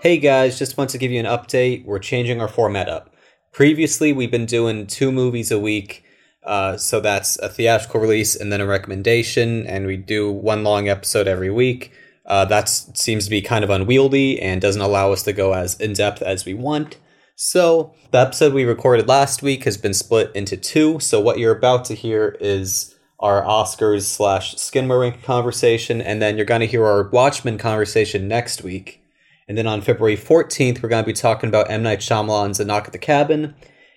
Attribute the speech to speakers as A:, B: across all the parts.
A: Hey guys, just want to give you an update. We're changing our format up. Previously, we've been doing two movies a week. Uh, so that's a theatrical release and then a recommendation, and we do one long episode every week. Uh, that seems to be kind of unwieldy and doesn't allow us to go as in depth as we want. So, the episode we recorded last week has been split into two. So, what you're about to hear is our Oscars slash Skinner Rink conversation, and then you're going to hear our Watchmen conversation next week. And then on February 14th, we're going to be talking about M. Night Shyamalan's A Knock at the Cabin.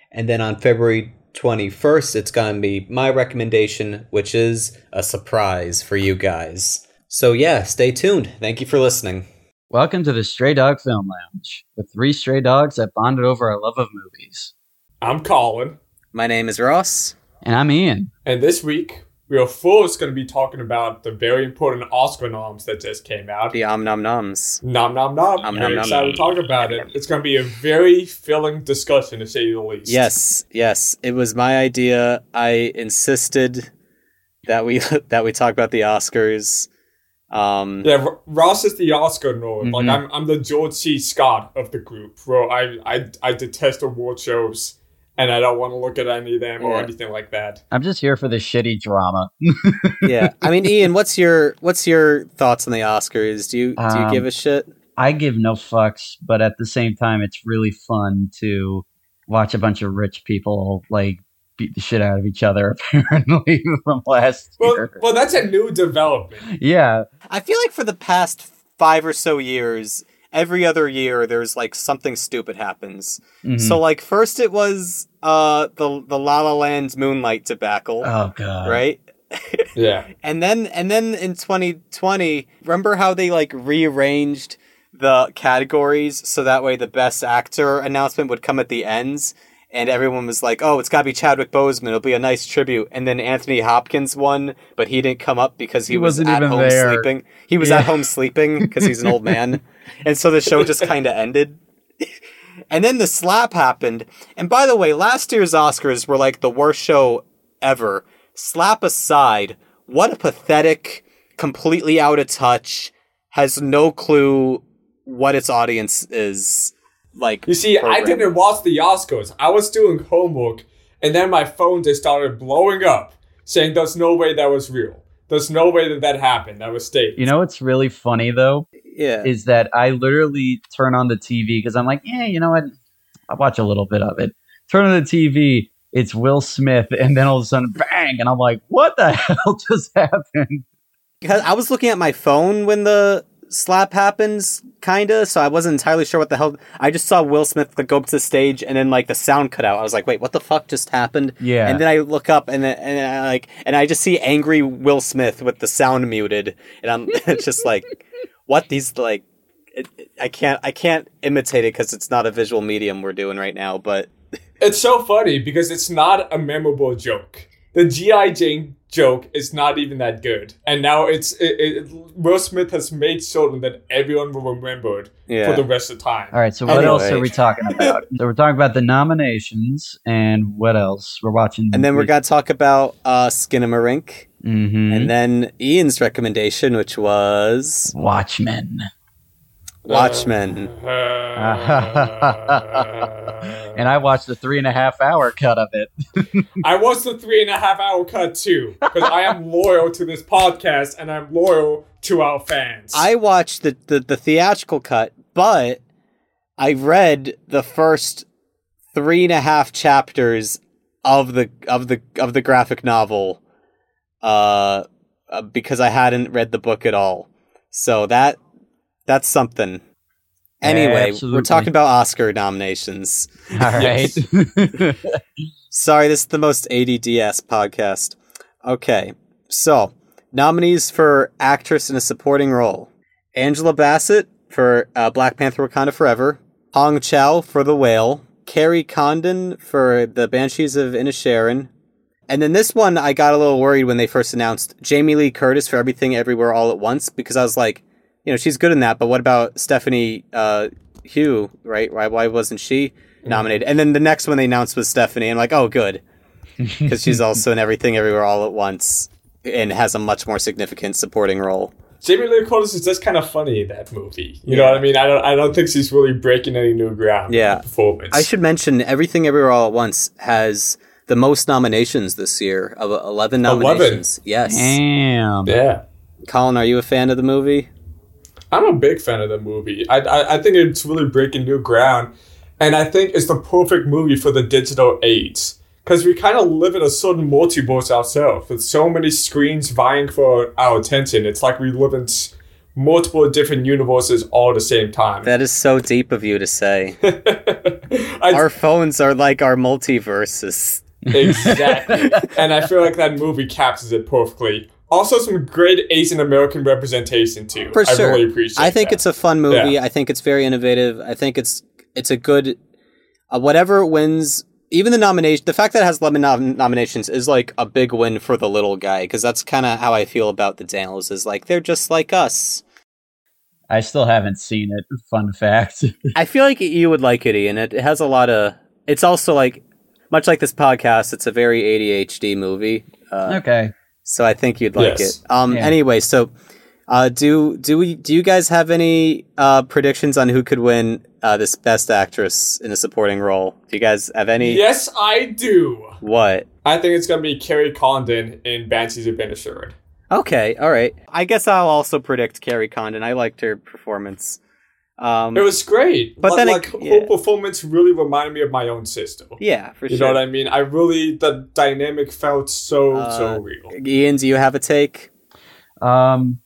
A: And then on February 21st, it's going to be my recommendation, which is a surprise for you guys. So, yeah, stay tuned. Thank you for listening.
B: Welcome to the Stray Dog Film Lounge with three stray dogs that bonded over our love of movies.
C: I'm Colin,
A: My name is Ross.
B: And I'm Ian.
C: and this week we are first going to be talking about the very important Oscar noms that just came out.
A: The Om Nom Noms.
C: Nom nom nom.
A: Nom,
C: I'm
A: nom, nom,
C: excited
A: nom.
C: to talk about it. It's going to be a very filling discussion, to say the least.
A: Yes, yes, it was my idea. I insisted that we that we talk about the Oscars. Um,
C: Yeah, R- Ross is the Oscar nerd. Like
A: Mhm.
C: I'm, I'm the George C. Scott of the group, bro. I, I, I detest award shows, and I don't want to look at any of them or
A: Yeah.
C: anything like that.
B: I'm just here for the shitty drama.
A: yeah, I mean, Ian, what's your what's your thoughts on the Oscars? Do you do you
B: Um,
A: give a shit?
B: I give no fucks, but at the same time, it's really fun to watch a bunch of rich people like beat the shit out of each other, apparently, from last
C: Well,
B: year.
C: well, that's a new development.
B: Yeah.
A: I feel like for the past five or so years, every other year, there's like something stupid happens.
B: Mhm.
A: So like first it was uh the the La La Land's Moonlight debacle,
B: oh, God.
A: right?
C: Yeah,
A: And then and then in 2020, remember how they like rearranged the categories so that way the best actor announcement would come at the ends and everyone was like, "Oh, it's got to be Chadwick Boseman. It'll be a nice tribute." And then Anthony Hopkins won, but he didn't come up because he,
B: He
A: was
B: wasn't
A: at
B: even
A: home
B: there.
A: sleeping. He was
B: Yeah.
A: at home sleeping because he's an old man. And so the show just kind of ended. And then the slap happened. And by the way, last year's Oscars were like the worst show ever. Slap aside, what a pathetic, completely out of touch, has no clue what its audience is like.
C: You see, I
A: program.
C: didn't watch the Oscars. I was doing homework, and then my phone just started blowing up, saying, "There's no way that was real. There's no way that that happened. That was staged."
B: You know what's really funny, though?
A: Yeah.
B: is that I literally turn on the TV because I'm like, yeah, you know what? I watch a little bit of it. Turn on the TV, it's Will Smith, and then all of a sudden, bang, and I'm like, what the hell just happened?
A: Because I was looking at my phone when the slap happens, kinda, so I wasn't entirely sure what the hell. I just saw Will Smith like, go up to the stage and then like the sound cut out. I was like, wait, what the fuck just happened?
B: Yeah.
A: And then I look up and then, and I like and I just see angry Will Smith with the sound muted, and I'm it's just like, what these like. It, it- I can't. I can't imitate it because it's not a visual medium we're doing right now. But
C: it's so funny because it's not a memorable joke. The GI Jane joke is not even that good, and now it's it, it, Will Smith has made certain that everyone will remember it
A: yeah,
C: for the rest of time.
B: all right, so what else
A: Anyway.
B: are we talking about? so we're talking about the nominations and what else? We're watching.
A: and then we're gonna talk about uh, Skinamarink,
B: hmm
A: and then Ian's recommendation, which was
B: Watchmen.
C: Uh,
A: Watchmen. Uh-huh.
B: and
C: and
B: I watched the three and a half hour cut of it.
C: I watched the three and a half hour cut too, because I am loyal to this podcast and I'm loyal to our fans.
A: I watched the, the, the theatrical cut, but I read the first three and a half chapters of the of the of the graphic novel, uh, uh, because I hadn't read the book at all. So that that's something. Anyway, we're
B: Absolutely.
A: talking about Oscar nominations.
B: All right.
A: Sorry, this is the most ADDS podcast. Okay, so nominees for actress in a supporting role Angela Bassett for uh, Black Panther Wakanda Forever, Hong Chow for The Whale, Carrie Condon for The Banshees of Inisharan. And then this one, I got a little worried when they first announced Jamie Lee Curtis for Everything Everywhere All at Once because I was like, you know, she's good in that, but what about Stephanie uh, Hugh, right? Why, why wasn't she nominated? And then the next one they announced was Stephanie. I'm like, oh, good. Because she's also in Everything Everywhere All at Once and has a much more significant supporting role.
C: Jamie Lee Curtis is just kind of funny in that movie. You know
A: Yeah.
C: what I mean? I don't I don't think she's really breaking any new ground.
A: Yeah.
C: in her performance.
A: I should mention Everything Everywhere All at Once has the most nominations this year of 11 nominations. Yes.
B: Damn.
C: Yeah,
A: Colin, are you a fan of the movie?
C: I'm a big fan of the movie. I, I I think it's really breaking new ground, and I think it's the perfect movie for the digital age because we kind of live in a certain multiverse ourselves with so many screens vying for our attention. It's like we live in s- multiple different universes all at the same time.
A: That is so deep of you to say.
C: I
A: our phones are like our multiverses.
C: Exactly. and I feel like that movie captures it perfectly. Also, some great Asian American representation too.
A: For
C: I
A: sure.
C: really appreciate.
A: I think
C: that.
A: it's a fun movie. I think it's very innovative. I think it's it's a good uh, whatever wins even the nomination the fact that it has 11 nom- nominations is like a big win for the little guy because that's kind of how i feel about the daniels is like they're just like us
B: I still haven't seen it. Fun fact.
A: I feel like you would like it, Ian. It, it has a lot of. It's also like, much like this podcast, it's a very ADHD movie. Uh,
B: okay.
A: So I think you'd like
C: Yes.
A: it. Um.
B: Yeah.
A: Anyway, so uh, do do we do you guys have any uh, predictions on who could win uh, this Best Actress in a Supporting Role? Do you guys have any?
C: Yes, I do.
A: What?
C: I think it's gonna be Carrie Condon in Banshees of Inisherin.
A: Okay. All right. I guess I'll also predict Carrie Condon. I liked her performance. Um.
C: It was great,
A: But
C: like,
A: then it-
C: like,
A: yeah.
C: her performance really reminded me of my own sister.
A: yeah. For
C: you
A: sure.
C: know what I mean? I really the dynamic felt so
A: Uh,
C: so real.
A: Ian, do you have a take?
B: Um,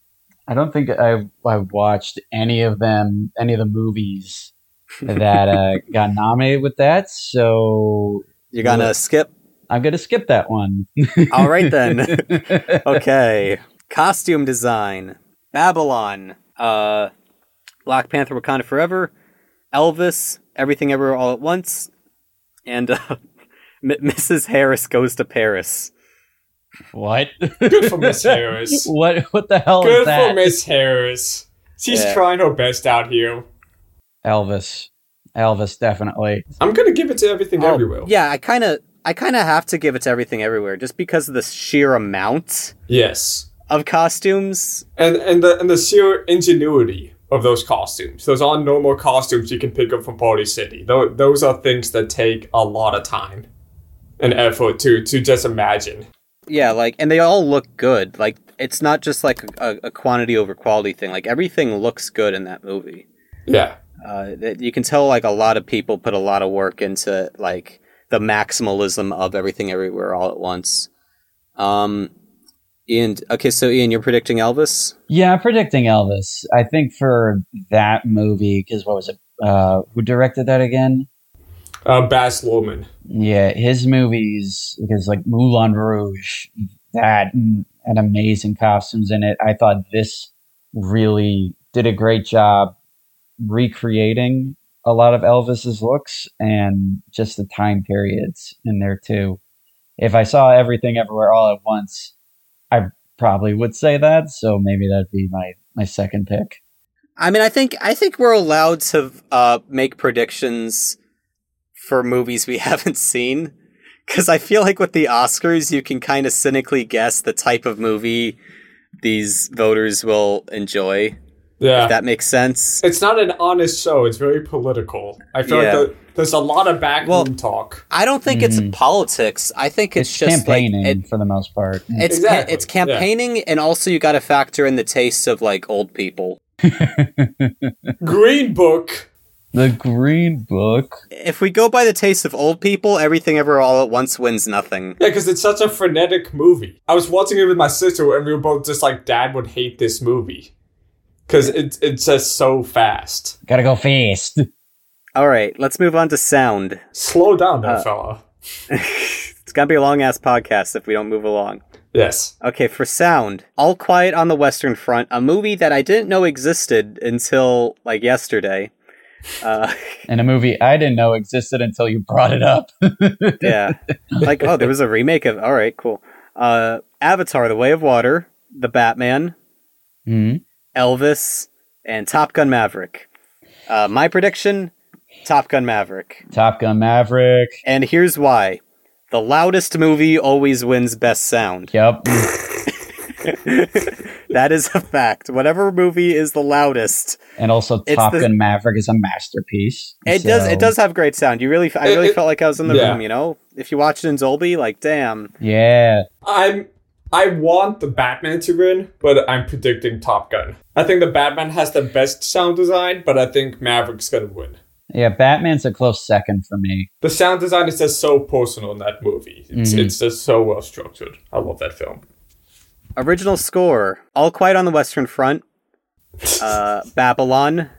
B: I don't think I I watched any of them, any of the movies that uh, got nominated with that. So
A: You're gonna
B: No.
A: skip.
B: I'm gonna skip that one.
A: All right then. okay. Costume design. Babylon. Uh, Black Panther Wakanda Forever. Elvis. Everything Everywhere All at Once. And uh, M- Mrs. Harris Goes to Paris.
B: what?
C: Good for Miss Harris.
B: What? What the hell
C: Good
B: is that?
C: for Miss Harris. She's
A: Yeah.
C: trying her best out here.
B: Elvis. Elvis, definitely.
C: I'm gonna give it to everything
A: Oh,
C: everywhere.
A: Yeah, I kind of. I kind of have to give it to everything everywhere just because of the sheer amount
C: Yes.
A: of costumes.
C: and and the and the sheer ingenuity of those costumes. Those aren't normal costumes you can pick up from Party City. Those, those are things that take a lot of time and effort to to just imagine.
A: Yeah, like, and they all look good. Like, it's not just like a, a quantity over quality thing. Like, everything looks good in that movie.
C: Yeah,
A: uh, that you can tell like a lot of people put a lot of work into like the maximalism of everything everywhere all at once. Um, Ian, okay, so Ian, you're predicting Elvis.
B: Yeah, I'm predicting Elvis. I think for that movie, because what was it? Uh, who directed that again?
C: uh, Baz Luhrmann.
B: Yeah, his movies, because like Moulin Rouge, that and and amazing costumes in it. I thought this really did a great job recreating a lot of Elvis's looks and just the time periods in there too. If I saw everything everywhere all at once, I probably would say that. So maybe that'd be my my second pick.
A: I mean, I think I think we're allowed to uh, make predictions for movies we haven't seen because I feel like with the Oscars, you can kind of cynically guess the type of movie these voters will enjoy.
C: Yeah,
A: If that makes sense.
C: it's not an honest show. It's very political. I feel
A: Yeah.
C: like the, there's a lot of backroom
A: Well-
C: talk.
A: I don't think
B: Mhm.
A: it's politics. I think it's,
B: It's,
A: just like
B: campaigning
A: it,
B: for the most part.
A: It's ca-
C: Exactly,
A: it's campaigning, and also you got to factor in the tastes of like old people.
C: Green Book.
B: the Green Book.
A: If we go by the tastes of old people, everything ever all at once wins nothing.
C: Yeah, because it's such a frenetic movie. I was watching it with my sister, and we were both just like, "Dad would hate this movie," because it, it's just so fast.
B: Gotta go fast.
A: All right, let's move on to sound.
C: Slow down, that
A: Uh,
C: fella.
A: it's gonna be a long ass podcast if we don't move along.
C: Yes.
A: Okay, for sound, All Quiet on the Western Front, a movie that I didn't know existed until like yesterday. Uh,
B: in a movie I didn't know existed until you brought it up.
A: yeah. Like, oh, there was a remake of. All right, cool. Uh, Avatar: The Way of Water, The Batman,
B: Mm-hmm.
A: Elvis, and Top Gun Maverick. Uh, my prediction: Top Gun Maverick.
B: Top Gun Maverick.
A: And here's why: the loudest movie always wins best sound.
B: Yep.
A: that is a fact. Whatever movie is the loudest,
B: And also,
A: It's
B: Top
A: the-
B: Gun Maverick is a masterpiece.
A: it does. It
B: So,
A: does have great sound. You really, I
C: It-
A: really
C: it-
A: felt like I was in the
C: yeah.
A: room. You know, if you watch it in Dolby, like, damn,
B: Yeah,
C: I'm I want the Batman to win, but I'm predicting Top Gun. I think the Batman has the best sound design, but I think Maverick's gonna win.
B: yeah. Batman's a close second for me.
C: The sound design is just so personal in that movie. It's
B: Mhm.
C: it's just so well structured. I love that film.
A: original score: All Quiet on the Western Front, uh, Babylon,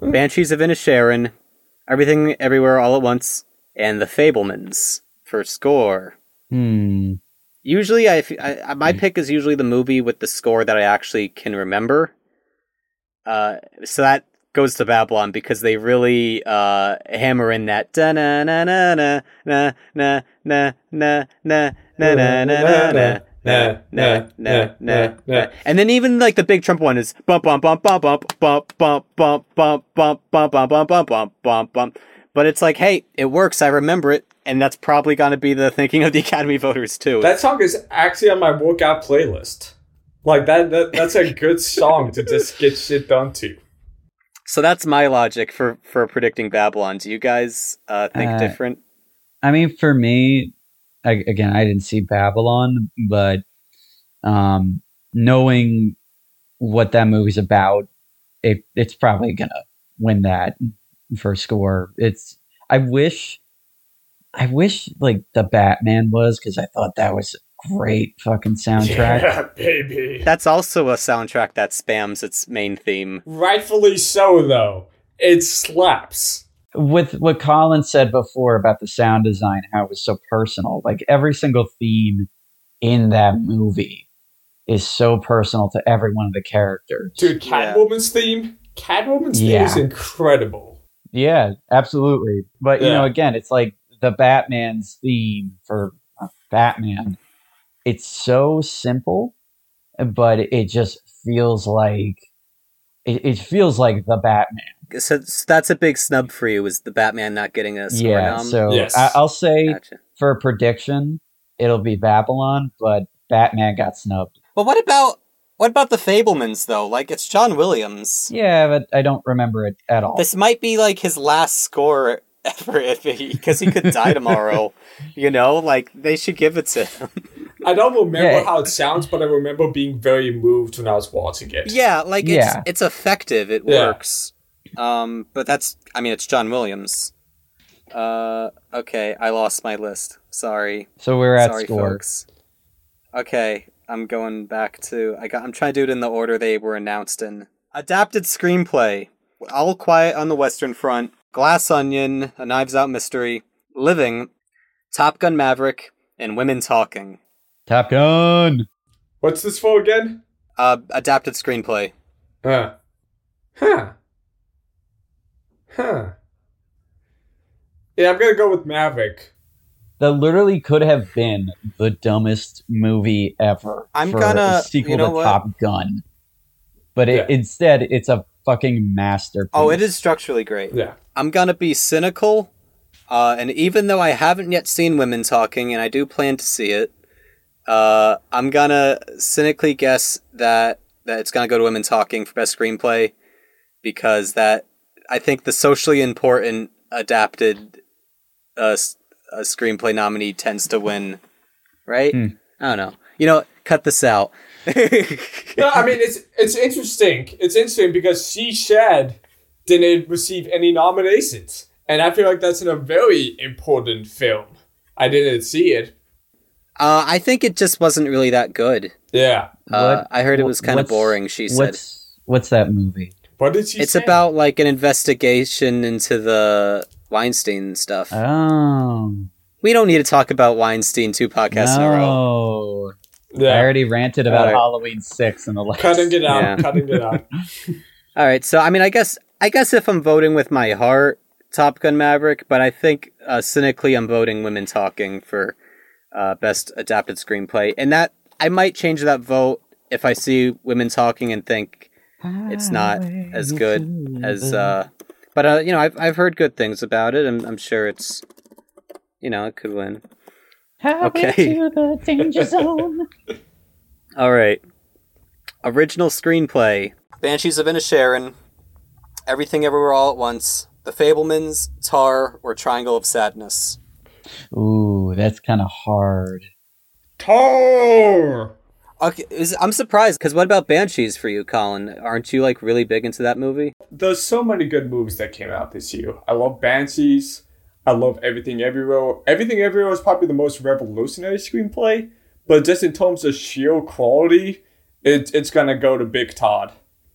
A: Banshees of Inisherin, Everything, Everywhere, All at Once, and The Fablemans for score.
B: Hmm.
A: Usually, I, f- I- I- my pick is usually the movie with the score that I actually can remember. Uh, so that goes to Babylon because they really uh, hammer in that da na na na na na na na na na na na na na. Na, na, na, na, na. And then even like the big Trump one is bump bump bump bump bump bump bump bump bump bump bump bump bump bump bump bump bump. But it's like, hey, it works. I remember it, and that's probably going to be the thinking of the Academy voters too.
C: That song is actually on my workout playlist. Like that, that that's a good song to just get shit done to.
A: So that's my logic for for predicting Babylon. Do you guys uh, think
B: Uh,
A: different?
B: I mean, for me, I, again, I didn't see Babylon, but um, knowing what that movie's about, it, it's probably gonna win that for score. It's I wish, I wish like the Batman was because I thought that was a great fucking soundtrack.
C: Yeah, baby.
A: That's also a soundtrack that spams its main theme.
C: Rightfully so, though. It slaps.
B: with what Colin said before about the sound design, how it was so personal. Like every single theme in that movie is so personal to every one of the characters.
C: Dude,
A: Yeah.
C: Catwoman's theme. Catwoman's theme is
B: Yeah.
C: incredible.
B: Yeah, absolutely. But you
C: Yeah.
B: know, again, it's like the Batman's theme for uh, Batman. It's so simple, but it just feels like it, it feels like the Batman.
A: So, so that's a big snub for you. Is the Batman not getting a score
B: yeah.
A: nom?
B: So
C: Yes.
B: I, I'll say
A: Gotcha.
B: for a prediction, it'll be Babylon, but Batman got snubbed.
A: Well, what about what about the Fablemans though? Like it's John Williams.
B: Yeah, but I don't remember it at all.
A: This might be like his last score ever, if because he, could die tomorrow. you know, like they should give it to him.
C: I don't remember
B: Yeah.
C: how it sounds, but I remember being very moved when I was watching it.
A: Yeah, like
B: Yeah.
A: it's it's effective. It
C: Yeah.
A: works. Um, but that's I mean it's John Williams. Uh, okay, I lost my list. Sorry,
B: so we're at
A: sorry,
B: score.
A: folks. Okay, I'm going back to I got. I'm trying to do it in the order they were announced in. Adapted screenplay: All Quiet on the Western Front, Glass Onion, A Knives Out Mystery, Living, Top Gun Maverick, and Women Talking.
B: Top Gun.
C: What's this for again?
A: Uh, adapted screenplay.
C: Huh. Huh. Huh. Yeah, I'm gonna go with Maverick.
B: That literally could have been the dumbest movie ever.
A: I'm
B: for
A: gonna-
B: a sequel
A: you know
B: to
A: what?
B: Top Gun, but it,
C: Yeah.
B: instead it's a fucking masterpiece.
A: Oh, it is structurally great.
C: Yeah.
A: I'm gonna be cynical, uh, and even though I haven't yet seen women talking, and I do plan to see it, uh, I'm gonna cynically guess that that it's gonna go to women talking for best screenplay because that I think the socially important adapted uh, s- a screenplay nominee tends to win, right?
B: Hmm.
A: I don't know. You know, what? cut this out. Uh,
C: No, I mean it's it's interesting. It's interesting because she Shad didn't receive any nominations, and I feel like that's in a very important film. I didn't see it.
A: uh, I think it just wasn't really that good.
C: Yeah.
A: Uh,
B: What-
A: I heard it
B: wh-
A: was kind of
B: what's-
A: boring. She said.
B: What's what's that movie?
C: What did she?
A: it's
C: say?
A: about like an investigation into the Weinstein stuff.
B: Oh
A: we don't need to talk about Weinstein two podcasts in a row.
B: no! I
C: yeah.
B: already ranted about
A: Alright.
B: Halloween Six in the last.
C: cutting it out,
A: Yeah.
C: cutting it out.
A: All right, so I mean, I guess I guess if I'm voting with my heart, Top Gun Maverick, but I think uh, cynically I'm voting Women Talking for uh, best adapted screenplay, and that I might change that vote if I see Women Talking and think it's not as good
B: Mm-hmm.
A: as. Uh, but uh, you know, I've I've heard good things about it, and I'm sure it's, you know, it could win.
D: Highway
A: Okay.
D: to the danger zone.
A: All right. Original screenplay.
E: Banshees of Inisharan, Everything Everywhere All at Once, The Fablemans, Tar, or Triangle of Sadness.
B: Ooh, that's kind of hard.
C: Tar!
A: Okay, is, I'm surprised because what about Banshees for you, Colin? Aren't you like really big into that movie?
C: There's so many good movies that came out this year. I love Banshees. I love Everything Everywhere. Everything Everywhere is probably the most revolutionary screenplay, but just in terms of sheer quality, it, it's gonna go to Big Todd.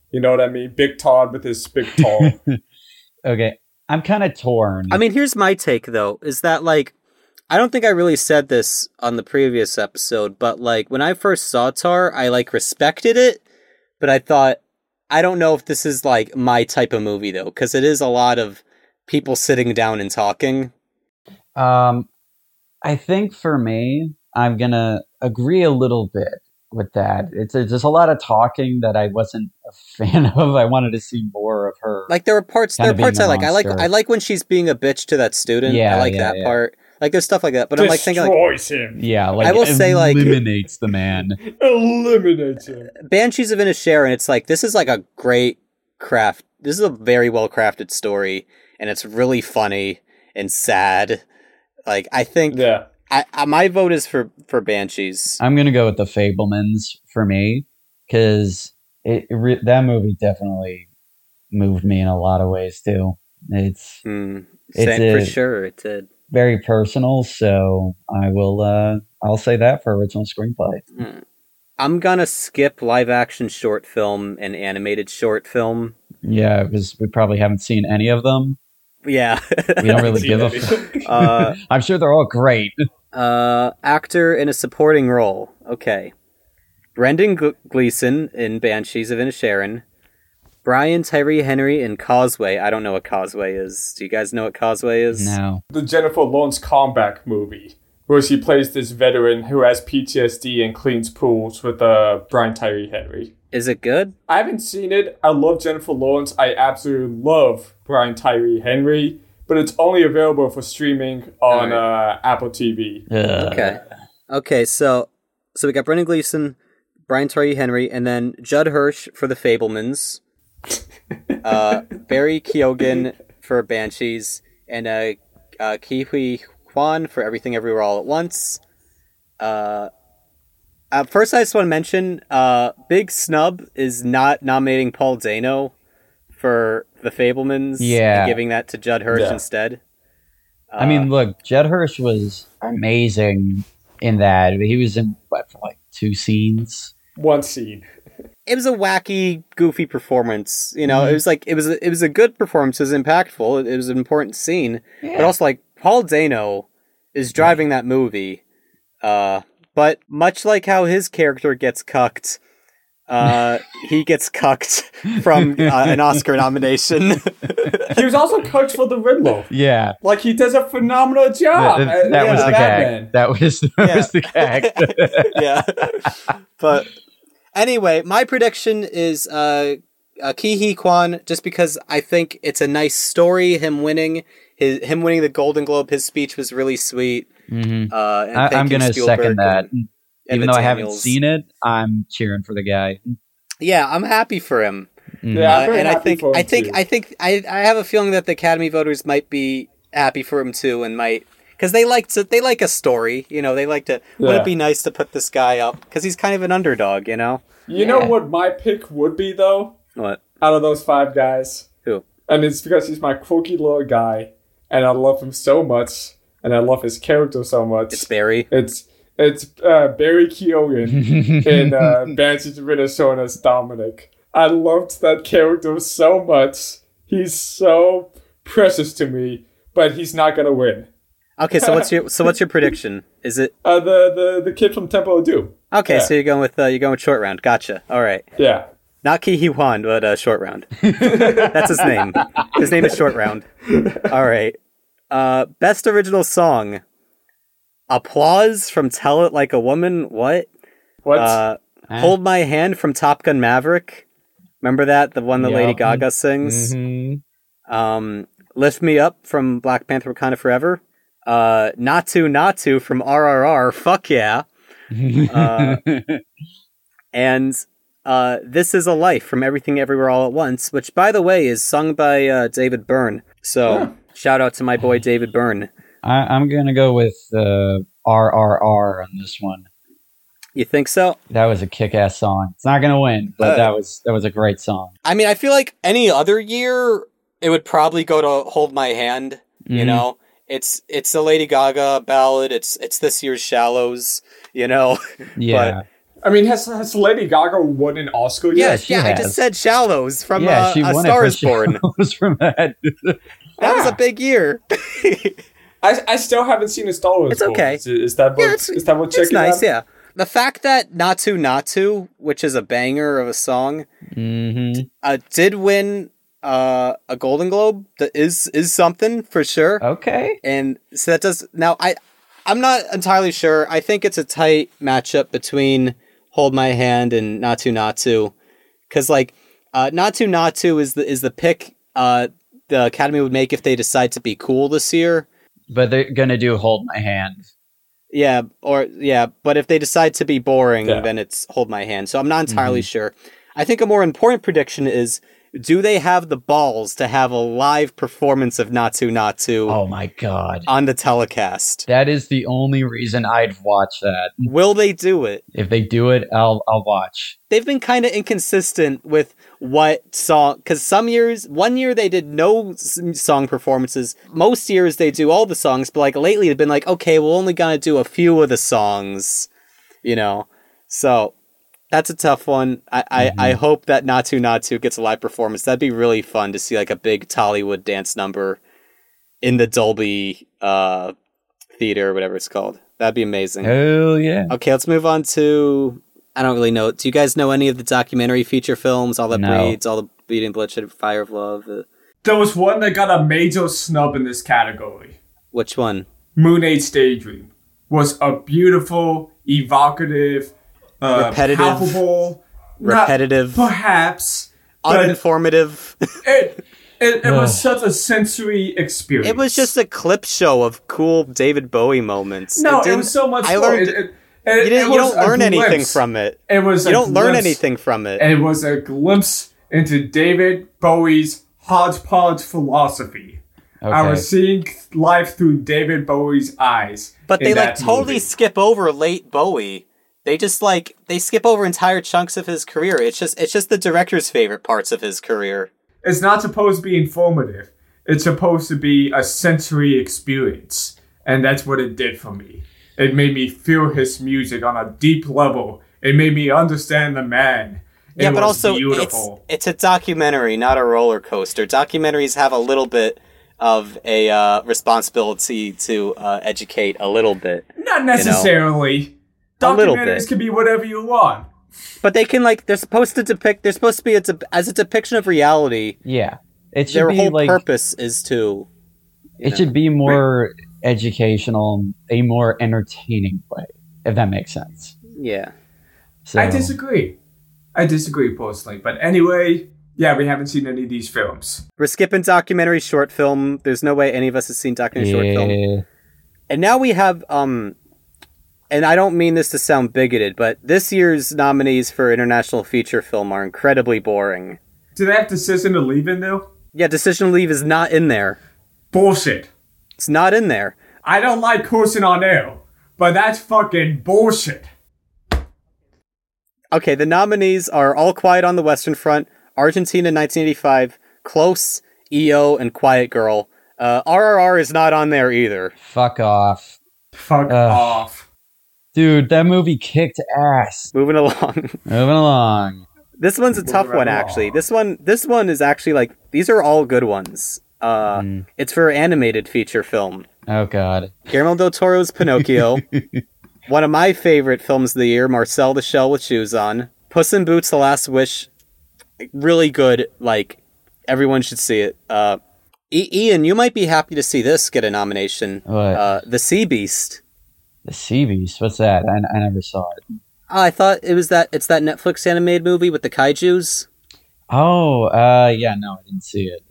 C: You know what I mean? Big Todd with his big tall.
B: Okay, I'm kind of torn.
A: I mean, here's my take though is that like, I don't think I really said this on the previous episode, but like when I first saw Tar, I like respected it, but I thought, I don't know if this is like my type of movie though, because it is a lot of people sitting down and talking.
B: Um, I think for me, I'm gonna agree a little bit with that. It's, it's just a lot of talking that I wasn't a fan of. I wanted to see more of her.
A: Like there are parts,
B: Kinda
A: there are parts I
B: being a
A: like. I like,
B: monster.
A: I like when she's being a bitch to that student.
B: Yeah,
A: I like
B: yeah,
A: that
B: yeah.
A: part. Like there's stuff like that, but I'm like thinking like
C: Destroys him.
B: yeah, like
A: I will say, like-
B: eliminates the man.
C: Eliminates him.
A: Banshees of Inisherin, it's like this is like a great craft. This is a very well crafted story, and it's really funny and sad. Like I think
C: Yeah.
A: I, I my vote is for for Banshees.
B: I'm gonna go with the Fablemans for me because it, it re- that movie definitely moved me in a lot of ways too. It's
A: Hmm.
B: It's
A: Same- for
B: a-
A: sure, it did.
B: very personal, so I will uh I'll say that for original screenplay.
A: Hmm. I'm gonna skip live action short film and animated short film.
B: Yeah, because we probably haven't seen any of them.
A: Yeah.
B: We don't really give a. F-
C: f-
A: uh,
B: I'm sure they're all great.
A: Uh, actor in a supporting role. Okay. Brendan G- Gleeson in Banshees of Inisherin. Brian Tyree Henry in Causeway. I don't know what Causeway is. Do you guys know what Causeway is?
B: No,
C: the Jennifer Lawrence comeback movie, where she plays this veteran who has PTSD and cleans pools with uh, Brian Tyree Henry.
A: Is it good?
C: I haven't seen it. I love Jennifer Lawrence. I absolutely love Brian Tyree Henry, but it's only available for streaming on uh, Apple TV.
B: Ugh.
A: Okay. Okay, so so we got Brendan Gleeson, Brian Tyree Henry, and then Judd Hirsch for the Fablemans, uh, Barry Keoghan for Banshees, and uh, uh, Kiwi Kwan for Everything Everywhere All at Once. Uh, uh, first, I just want to mention uh, Big Snub is not nominating Paul Dano for the Fablemans. and
B: Yeah.
A: giving that to Judd Hirsch
C: Yeah.
A: instead.
B: I mean, look, Jed Hirsch was amazing in that. He was in what for like two scenes.
C: One scene.
A: it was a wacky, goofy performance. You know, it was like it was a, it was a good performance. It was impactful. It, it was an important scene, but also like Paul Dano is driving that movie. Uh, but much like how his character gets cucked, uh, he gets cucked from uh, an Oscar nomination.
C: He was also coach for the Riddler.
B: Yeah,
C: Like he does a phenomenal job.
B: Th-
C: uh,
B: th- that
C: yeah,
B: was the
C: Batman.
B: gag. That was that
A: Yeah.
B: was the gag.
A: yeah, but anyway, my prediction is uh, uh, Kihi Kwan, just because I think it's a nice story. Him winning his him winning the Golden Globe, his speech was really sweet.
B: Mhm.
A: Uh, and
B: I,
A: thank
B: I'm
A: you,
B: going to
A: Spielberg
B: second that.
A: and- and
B: Even
A: the
B: though I haven't
A: Daniels.
B: seen it, I'm cheering for the guy.
A: yeah, I'm happy for him.
B: Mhm.
C: Yeah, I'm
A: Uh,
C: very
A: and I
C: happy
A: think
C: for him
A: I think
C: too.
A: I think I I have a feeling that the Academy voters might be happy for him too, and might because they like to they like a story. You know, they like to. Would
C: Yeah.
A: it be nice to put this guy up because he's kind of an underdog? You know
C: You know what my pick would be though?
A: what?
C: out of those five guys.
A: Who?
C: And it's because he's my quirky little guy, and I love him so much, and I love his character so much.
A: It's Barry.
C: it's it's uh, Barry Keoghan in uh, Banshees of Inisherin as Dominic. I loved that character so much. He's so precious to me, but he's not gonna win.
A: Okay, so what's your so what's your prediction? Is it
C: Uh, the, the the kid from Temple of Doom.
A: okay?
C: Yeah.
A: So you're going with uh, you're going with short round. Gotcha. All right,
C: Yeah.
A: not Kihi Wan, but uh, short round. That's his name. His name is short round. All right. Uh, best original song. Applause from Tell It Like a Woman. What?
C: What?
A: Uh,
B: Eh.
A: Hold My Hand from Top Gun Maverick. Remember that the one that
B: Yeah.
A: Lady Gaga
B: Mm-hmm.
A: sings.
E: Mhm.
A: Um, Lift Me Up from Black Panther Wakanda Forever. Uh, Natu Natu from RRR. Fuck yeah. Uh, And uh, This Is a Life from Everything Everywhere All at Once, which, by the way, is sung by uh, David Byrne. So shout out to my boy David Byrne.
B: I, I'm gonna go with uh, RRR on this one.
A: You think so?
B: That was a kick-ass song. It's not gonna win, but
E: Uh.
B: that was that was a great song.
A: I mean, I feel like any other year, it would probably go to Hold My Hand. You
B: Mhm.
A: know, it's it's a Lady Gaga ballad. It's it's this year's Shallows. You know,
B: Mm, yeah,
C: I mean, has, has Lady Gaga won an Oscar
B: Yeah,
C: yet?
B: she
A: I just
B: has.
A: said Shallows from
B: yeah,
A: uh,
B: she
A: A
B: won
A: Star
B: it
A: Is
B: for
A: Born.
B: shows from that.
A: That was a
C: Ah.
A: big year.
C: I, I still haven't seen a Star Wars.
A: It's
C: Born.
A: okay.
C: Is, is that what?
A: Yeah, it's-
C: is that what?
A: it's
C: checking
A: nice,
C: out?
A: yeah. The fact that Natu Natu, which is a banger of a song,
B: hmm
A: uh, did win uh, a Golden Globe that is is something for sure.
B: Uh, Okay.
A: and so that does now i i'm not entirely sure i think it's a tight matchup between hold my hand and natu natu because like uh natu natu is the is the pick uh the academy would make if they decide to be cool this year
B: But they're gonna do "Hold My Hand."
A: yeah or yeah but if they decide to be boring
C: Yeah.
A: then it's hold my hand so i'm not entirely sure i think a more important prediction is do they have the balls to have a live performance of natu natu
B: Oh my god,
A: on the telecast
B: that is the only reason I'd watch that.
A: will they do it
B: If they do it, I'll I'll watch.
A: they've been kind of inconsistent with what song because some years one year they did no s- song performances most years they do all the songs but like lately they've been like okay we're only gonna do a few of the songs you know so that's a tough one i I, I hope that natu natu gets a live performance that'd be really fun to see like a big tollywood dance number in the dolby uh theater or whatever it's called that'd be amazing
B: Hell yeah!
A: Okay, let's move on to. I don't really know. Do you guys know any of the documentary feature films? All that
B: No.
A: breeds, all the beating, bloodshed, fire of love. Uh,
C: There was one that got a major snub in this category.
A: which one?
C: Moon Age Daydream was a beautiful, evocative, uh,
A: Repetitive.
C: palpable, not-
A: Repetitive.
C: perhaps. But
A: Uninformative.
C: it, it, it
B: Ugh.
C: was such a sensory experience.
A: it was just a clip show of cool David Bowie moments.
C: no. It,
A: didn't-
C: was so much.
A: I
C: more.
A: learned.
C: It, it- it-
A: you, didn't,
C: it
A: you
C: was
A: don't
C: a
A: learn anything
C: glimpse.
A: from it.
C: It was.
A: You
C: a
A: don't learn
C: glimpse.
A: anything from it.
C: It was a glimpse into David Bowie's hodgepodge philosophy.
B: Okay.
C: I was seeing life through David Bowie's eyes.
A: But
C: in
A: they like
C: that
A: totally
C: movie.
A: skip over late Bowie. They just like they skip over entire chunks of his career. It's just it's just the director's favorite parts of his career.
C: It's not supposed to be informative. It's supposed to be a sensory experience, and that's what it did for me. It made me feel his music on a deep level. It made me understand the man. It
A: yeah, but
C: was
A: also
C: beautiful.
A: it's it's a documentary, not a roller coaster. Documentaries have a little bit of a uh, responsibility to uh, educate a little bit,
C: not necessarily.
A: A little bit.
C: Documentaries can be whatever you want.
A: but they can like they're supposed to depict. They're supposed to be a de- as a depiction of reality.
B: yeah, it should
A: Their
B: be
A: whole
B: like
A: purpose is to. you
B: it
A: know.
B: should be more educational, a more entertaining way, if that makes sense.
A: Yeah.
B: So
C: I disagree. I disagree personally. But anyway, yeah, we haven't seen any of these films.
A: We're skipping documentary short film. There's no way any of us has seen documentary short film.
B: yeah.
A: And now we have um and I don't mean this to sound bigoted, but this year's nominees for international feature film are incredibly boring.
C: Do they have decision to leave in though?
A: Yeah, decision to leave is not in there.
C: Bullshit.
A: It's not in there.
C: I don't like cursing on air, but that's fucking bullshit.
A: Okay, the nominees are All Quiet on the Western Front, Argentina 1985, Close, EO, and Quiet Girl. Uh, RRR is not on there either.
B: Fuck off,
C: Fuck
B: Ugh.
C: off.
B: dude. That movie kicked ass.
A: Moving along.
B: Moving along.
A: This one's a tough one actually. This one this one is actually like these are all good ones. Uh
B: Mm-hmm.
A: it's for animated feature film.
B: Mm, Oh god.
A: Guillermo del Toro's Pinocchio. one of my favorite films of the year, Marcel the Shell with Shoes on. Puss in Boots The Last Wish. Really good, like everyone should see it. Uh I- Ian, you might be happy to see this get a nomination.
B: What?
A: Uh, the Sea Beast.
B: The Sea Beast. What's that? I, I never saw it.
A: Oh, I thought it was that. It's that Netflix animated movie with the kaiju's.
B: Oh, uh, yeah. No, I didn't see it.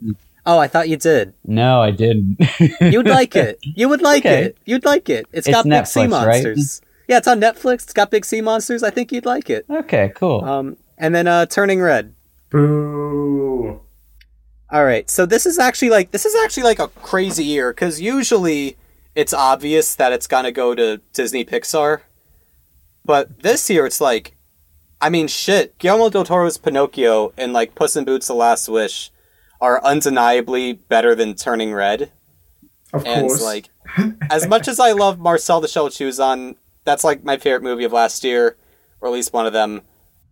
A: Oh, I thought you did.
B: No, I didn't.
A: You'd like it. You would like
B: Okay.
A: it. You'd like it. It's
B: It's
A: got big sea
B: Netflix, right?
A: monsters. Yeah, it's on Netflix. It's got big sea monsters. I think you'd like it.
B: Okay, cool.
A: Um, and then uh, Turning Red.
C: Boo.
A: All right, so this is actually like this is actually like a crazy year because usually it's obvious that it's gonna go to Disney Pixar, but this year it's like, I mean, shit. Guillermo del Toro's Pinocchio and like Puss in Boots: The Last Wish are undeniably better than Turning Red.
C: Of
A: and
C: course.
A: like as much as I love Marcel the Shell Shoes on, that's like my favorite movie of last year, or at least one of them.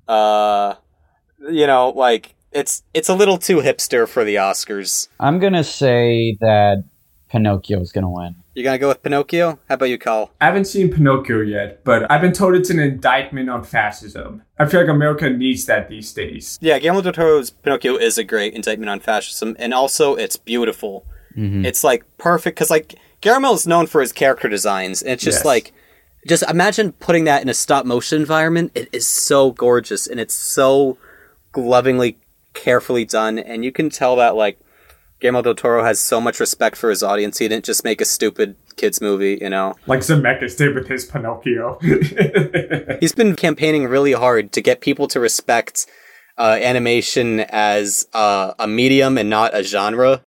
A: Uh, you know, like it's it's a little too hipster for the Oscars.
B: I'm gonna say that Pinocchio is gonna win.
A: You gonna go with Pinocchio? How about you, Cole?
C: I haven't seen Pinocchio yet, but I've been told it's an indictment on fascism. I feel like America needs that these days.
A: Yeah, Guillermo del Toro's Pinocchio is a great indictment on fascism, and also it's beautiful. It's like perfect because like Guillermo is known for his character designs, and it's just
C: Yes.
A: like just imagine putting that in a stop motion environment. It is so gorgeous, and it's so lovingly, carefully done, and you can tell that like Guillermo del Toro has so much respect for his audience. He didn't just make a stupid kids movie, you know.
C: Like Zemeckis did with his Pinocchio.
A: He's been campaigning really hard to get people to respect uh, animation as uh, a medium and not a genre.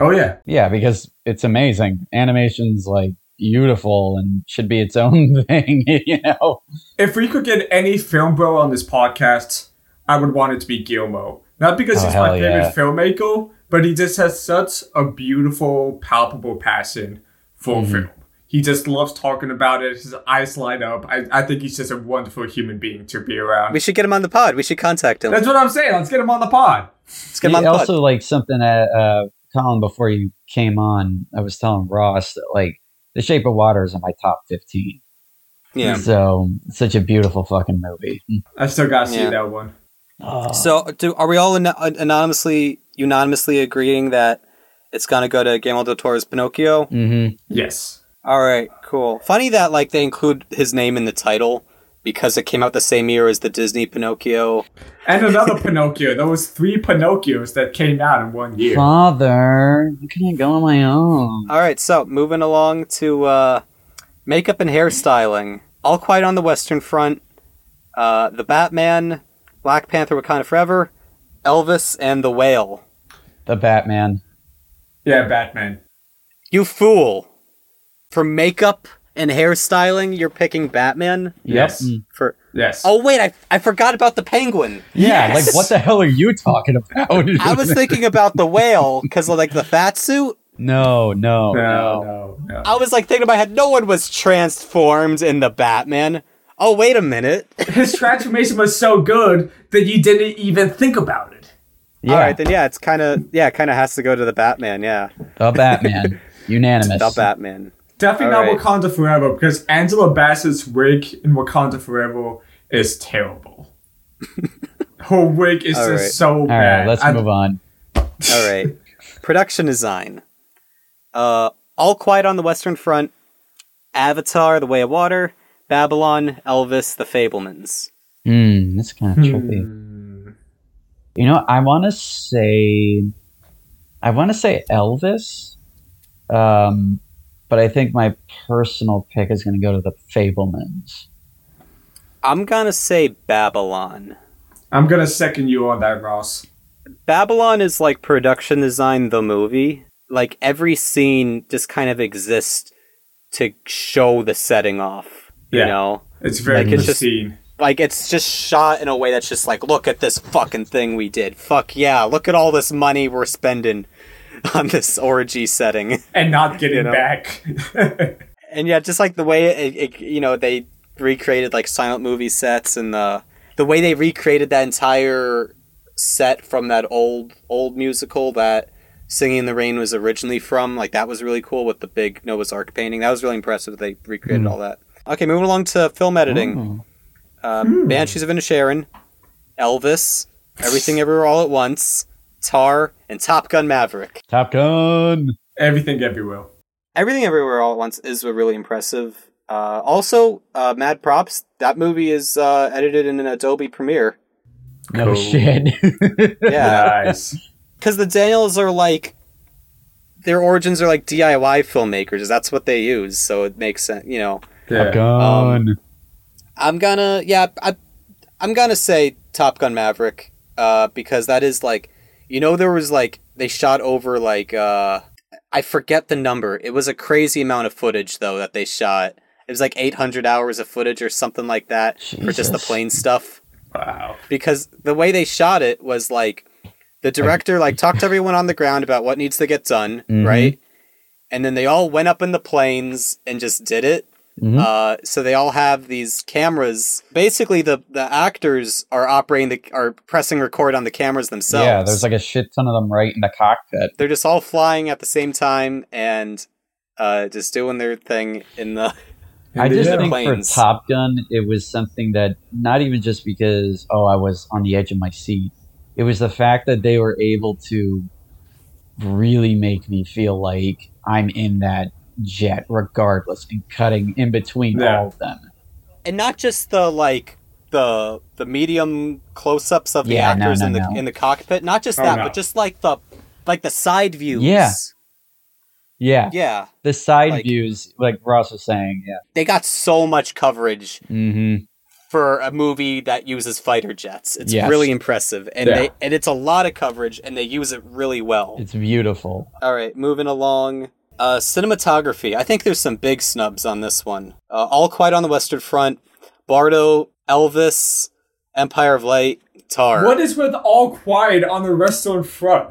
C: oh yeah.
B: Yeah, because it's amazing. Animation's like beautiful and should be its own thing, you know.
C: If we could get any film bro on this podcast, I would want it to be Guillermo. Not because
B: Oh,
C: he's my
B: hell
C: favorite
B: yeah.
C: filmmaker, but he just has such a beautiful, palpable passion for
B: Mm-hmm.
C: film. He just loves talking about it. His eyes light up. I, I think he's just a wonderful human being to be around.
A: We should get him on the pod. We should contact him.
C: That's what I'm saying. Let's get him on the pod.
A: Let's get him on the pod.
B: also like something that uh Colin before you came on, I was telling Ross that like the Shape of Water is in my top fifteen.
A: Yeah.
B: Hmm. So such a beautiful fucking movie.
C: I still gotta see
A: Yeah.
C: that one.
A: So, do, are we all an- anonymously, unanimously agreeing that it's gonna go to Guillermo del Toro's Pinocchio?
B: mm-hmm.
C: Yes.
A: All right, cool. Funny that like they include his name in the title because it came out the same year as the Disney Pinocchio.
C: And another Pinocchio. There was three Pinocchios that came out in one year.
B: Father, how can I go on my own?
A: All right, so moving along to uh, makeup and hairstyling. All Quiet on the Western Front, uh, The Batman, Black Panther: Wakanda Forever, Elvis, and The Whale.
B: The Batman.
C: Yeah, Batman.
A: You fool! For makeup and hairstyling, you're picking Batman.
C: Yes.
B: Mm.
A: For
C: Yes.
A: oh wait, I, I forgot about the penguin.
B: Yeah,
C: Yes.
B: like what the hell are you talking about?
A: I was thinking about the whale because like the fat suit.
B: no, no,
C: no,
B: no.
C: no, no.
A: I was like thinking in my head, no one was transformed in the Batman. Oh wait a minute.
C: his transformation was so good that you didn't even think about it.
B: Yeah,
A: All right, then yeah, it's kind of yeah, it kind of has to go to the Batman. Yeah,
B: the Batman. Unanimous.
A: the Batman.
C: Definitely
A: All
C: not
A: right.
C: Wakanda Forever because Angela Bassett's wig in Wakanda Forever is terrible. Her wig is
A: All
C: just
A: right.
C: so
B: All
C: bad.
B: right, let's
C: I-
B: move on.
A: All right, production design. Uh, All Quiet on the Western Front, Avatar: The Way of Water, Babylon, Elvis, The Fablemans.
B: Hmm, that's kind of tricky. You know, I want to say, I want to say Elvis, um, but I think my personal pick is going to go to the Fablemans.
A: I'm gonna say Babylon.
C: I'm gonna second you on that, Ross.
A: Babylon is like production design the movie. Like every scene just kind of exists to show the setting off. You
C: Yeah.
A: know?
C: It's very
A: Like, it's just-
C: pristine.
A: Like it's just shot in a way that's just like, look at this fucking thing we did. Fuck yeah, look at all this money we're spending on this orgy setting.
C: and not getting
A: know.
C: back.
A: And yeah, just like the way it, it you know, they recreated like silent movie sets and the the way they recreated that entire set from that old old musical that Singing in the Rain was originally from, like that was really cool with the big Noah's Ark painting. That was really impressive. that They recreated all that. Okay, moving along to film editing.
B: Ooh.
A: Um, Banshees of Inisherin, Elvis, Everything Everywhere All at Once, Tar, and Top Gun Maverick.
B: Top Gun.
C: Everything everywhere.
A: Everything Everywhere All at Once is a really impressive. Uh, also, uh, mad props. That movie is uh, edited in an Adobe Premiere.
B: No
C: Cool.
B: shit.
A: Yeah,
C: Nice.
A: because the Daniels are like their origins are like DIY filmmakers. That's what they use, so it makes sense. You know,
C: Yeah.
B: Top Gun.
A: I'm gonna yeah I I'm gonna say Top Gun Maverick uh, because that is like you know there was like they shot over like uh, I forget the number. It was a crazy amount of footage though that they shot. It was like 800 hours of footage or something like that for just the
B: Jesus.
A: plane stuff
C: Wow.
A: because the way they shot it was like the director like talked to everyone on the ground about what needs to get done,
B: Mhm.
A: right? And then they all went up in the planes and just did it.
B: Mhm.
A: Uh, so they all have these cameras. Basically, the the actors are operating the are pressing record on the cameras themselves.
B: yeah, there's like a shit ton of them right in the cockpit.
A: they're just all flying at the same time and uh, just doing their thing in the.
B: I
A: they
B: just
A: had
B: think
A: planes.
B: for Top Gun, it was something that not even just because oh I was on the edge of my seat. It was the fact that they were able to really make me feel like I'm in that jet, regardless, and cutting in between
C: Yeah.
B: all of them.
A: and not just the like the the medium close ups of the
B: Yeah, no,
A: actors
B: no,
A: in the
B: no.
A: in the cockpit. Not just
C: Oh,
A: that,
C: no.
A: but just like the like the side views.
B: Yeah. Yeah,
A: yeah.
B: the side
A: Like-
B: views, like Ross was saying. Yeah.
A: They got so much coverage
B: Mm-hmm.
A: for a movie that uses fighter jets. It's
B: Yes.
A: really impressive, and
C: Yeah.
A: they and it's a lot of coverage, and they use it really well.
B: It's beautiful.
A: All right, moving along. Uh, cinematography. I think there's some big snubs on this one. Uh, All Quiet on the Western Front, Bardo, Elvis, Empire of Light, Tar.
C: What is with All Quiet on the Western Front?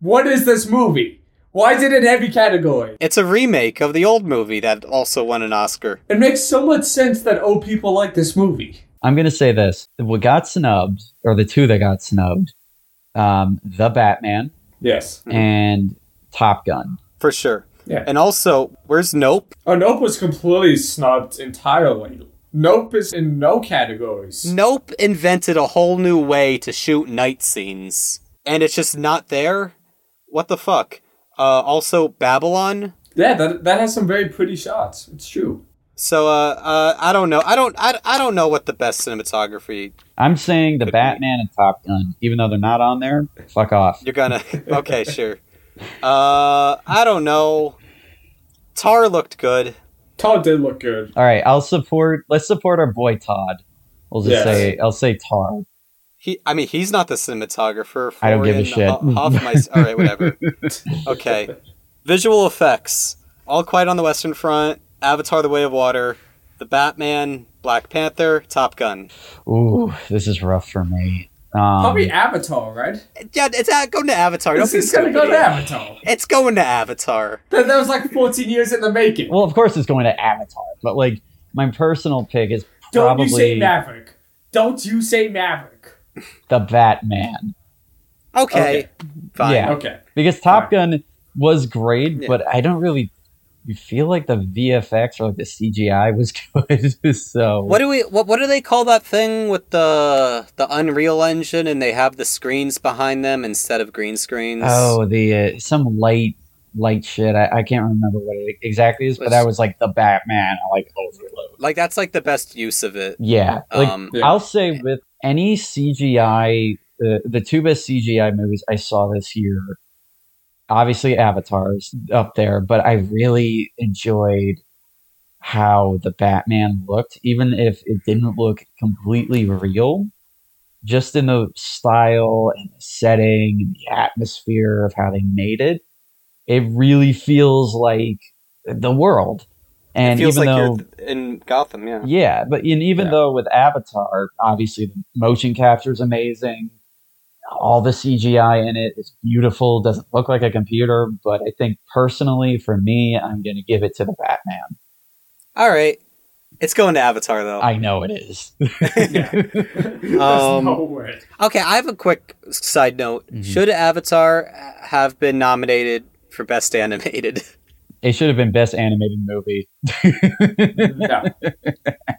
C: What is this movie? Why is it in every category?
A: It's a remake of the old movie that also won an Oscar.
C: It makes so much sense that old people like this movie.
B: I'm gonna say this: what got snubbed, or the two that got snubbed, um, the Batman
C: Yes.
A: Mhm.
B: and Top Gun.
A: For sure.
C: Yeah.
A: And also, where's Nope?
C: Oh, Nope was completely snubbed entirely. Nope is in no categories.
A: Nope invented a whole new way to shoot night scenes, and it's just not there. What the fuck? Uh, also, Babylon.
C: Yeah, that, that has some very pretty shots. It's true.
A: So, uh, uh, I don't know. I don't. I, I don't know what the best cinematography.
B: I'm saying the
A: Could be.
B: Batman and Top Gun, even though they're not on there, fuck off.
A: You're gonna. okay, sure. Uh, I don't know. Tar looked good.
C: Todd did look good.
B: All right, I'll support. Let's support our boy Todd. We'll just
C: Yes.
B: say I'll say Tar.
A: He. I mean, he's not the cinematographer.
B: I don't give
A: Florian
B: a shit.
A: Ho- Hoffmeister- All right, whatever. Okay. Visual effects: All Quiet on the Western Front, Avatar: The Way of Water, The Batman, Black Panther, Top Gun.
B: Ooh, this is rough for me. Um,
C: Probably Avatar, right?
A: Yeah, it's a- going to Avatar. Don't
C: This
A: be
C: is gonna
A: stupid.
C: go to Avatar.
A: It's going to Avatar.
C: That, that was like 14 years in the making.
B: well, of course it's going to Avatar, but like my personal pick is
C: Don't
B: probably
C: you say Maverick. Don't you say Maverick.
B: the Batman
A: Okay,
C: Okay.
A: fine.
B: Yeah.
C: Okay.
B: because Top
C: Alright.
B: Gun was great,
A: Yeah.
B: but I don't really. You feel like the VFX or like the CGI was good, so
A: What do we? What, what do they call that thing with the the Unreal Engine and they have the screens behind them instead of green screens?
B: Oh, the uh, some light light shit. I, I can't remember what it exactly is, but
A: Let's-
B: that was like the Batman like overload.
A: like that's like the best use of it.
B: Yeah, like
A: um,
C: Yeah.
B: I'll say with any CGI, uh, the two best CGI movies I saw this year. Obviously, Avatar's up there, but I really enjoyed how the Batman looked, even if it didn't look completely real. Just in the style and the setting and the atmosphere of how they made it, it really feels like the world. And
A: it feels
B: even
A: like
B: though
A: you're in Gotham. Yeah.
B: yeah, but and even
C: Yeah.
B: though with Avatar, obviously the motion capture is amazing. All the CGI in it is beautiful. Doesn't look like a computer, but I think personally for me, I'm going to give it to the Batman.
A: All right, it's going to Avatar though.
B: I know it is.
C: Yeah. There's
A: Um,
C: no way.
A: Okay, I have a quick side note.
B: Mhm.
A: Should Avatar have been nominated for Best Animated?
B: It should have been best animated movie.
C: No.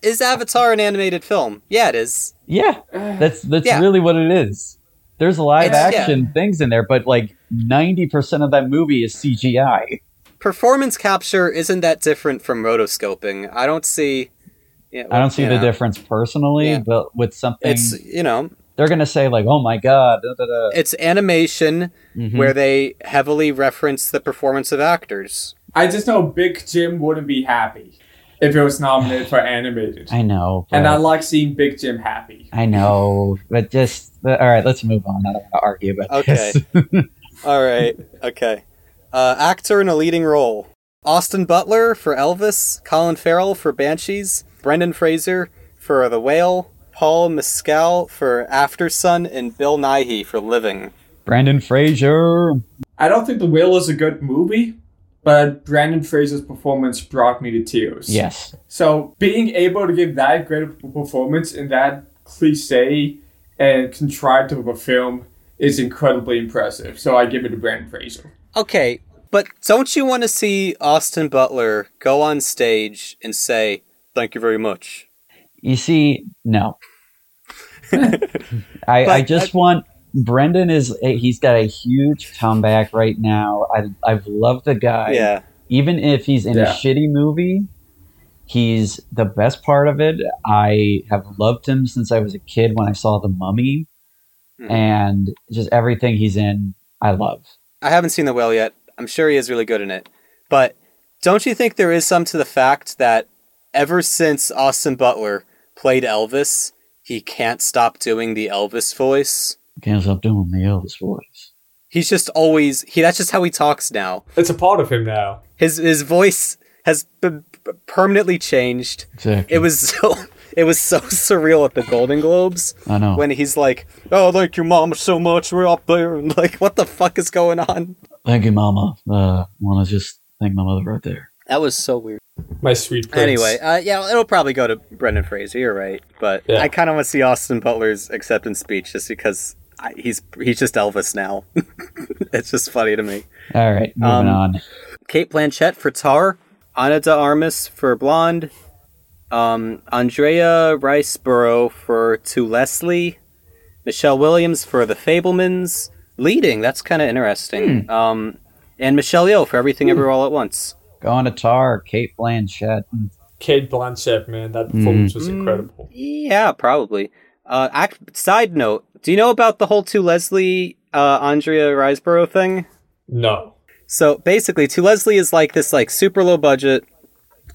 A: is Avatar an animated film? Yeah, it is.
B: yeah, that's that's
A: Yeah.
B: really what it is. There's live
A: It's- yeah.
B: action things in there, but like 90% of that movie is CGI.
A: Performance capture isn't that different from rotoscoping. I don't see. Yeah,
B: I don't see
A: you
B: the
A: know,
B: difference personally,
A: Yeah.
B: but with something
A: It's you know,
B: they're gonna say like, "Oh my god!" Da, da, da.
A: it's animation
B: Mhm.
A: where they heavily reference the performance of actors.
C: I just know Big Jim wouldn't be happy. if it was nominated for animated.
B: I know.
C: And I
B: but-
C: like seeing Big Jim happy.
B: I know, but just all right. Let's move on. I don't want to argue about
A: Okay.
B: this.
A: All right. Okay. Uh, actor in a leading role: Austin Butler for Elvis, Colin Farrell for Banshees, Brendan Fraser for The Whale, Paul Mescal for After Sun, and Bill Nighy for Living.
B: Brandon Fraser.
C: I don't think The Whale is a good movie, but Brandon Fraser's performance brought me to tears.
B: Yes.
C: So being able to give that great of a performance in that cliche and contrived of a film is incredibly impressive. So I give it to Brandon Fraser.
A: Okay, but don't you want to see Austin Butler go on stage and say, "Thank you very much"?
B: You see, no. I, I
A: But-
B: just want Brendan is he's got a huge comeback right now. I I've loved the guy.
A: yeah.
B: Even if he's in
C: Yeah.
B: a shitty movie, he's the best part of it. I have loved him since I was a kid when I saw The Mummy,
A: Mhm.
B: and just everything he's in, I love.
A: I haven't seen The Whale yet. I'm sure he is really good in it. But don't you think there is some to the fact that ever since Austin Butler played Elvis, he can't stop doing the Elvis voice?
B: Can't stop doing the Elvis voice.
A: He's just always he that's just how he talks now.
C: It's a part of him now.
A: His his voice has been permanently changed.
B: Exactly.
A: It was so it was so surreal at the Golden Globes
B: I know.
A: when he's like, "Oh, thank you, mom, so much. We're up there." And like, what the fuck is going on?
B: Thank you, Mama. Uh, want to just thank my mother right there.
A: That was so weird.
C: My sweet prince.
A: Anyway, uh, yeah, it'll probably go to Brendan Fraser. You're right, but
C: Yeah.
A: I kind of want to see Austin Butler's acceptance speech just because I, he's he's just Elvis now. it's just funny to me.
B: All right,
A: Um,
B: moving on.
A: Kate Blanchett for Tar, Ana de Armas for Blonde, um, Andrea Riceborough for To Leslie, Michelle Williams for The Fablemans, leading. That's kind of interesting.
C: Hmm.
A: Um, and Michelle Yeoh for Everything Everywhere All at Once.
B: Going to Tar, Kate Blanchett.
C: Kate Blanchett, man, that performance was
A: Mm.
C: incredible.
A: Yeah, probably. Uh, act- side note: Do you know about the whole two Leslie uh, Andrea Riseborough thing?
C: No.
A: So basically, two Leslie is like this like super low budget.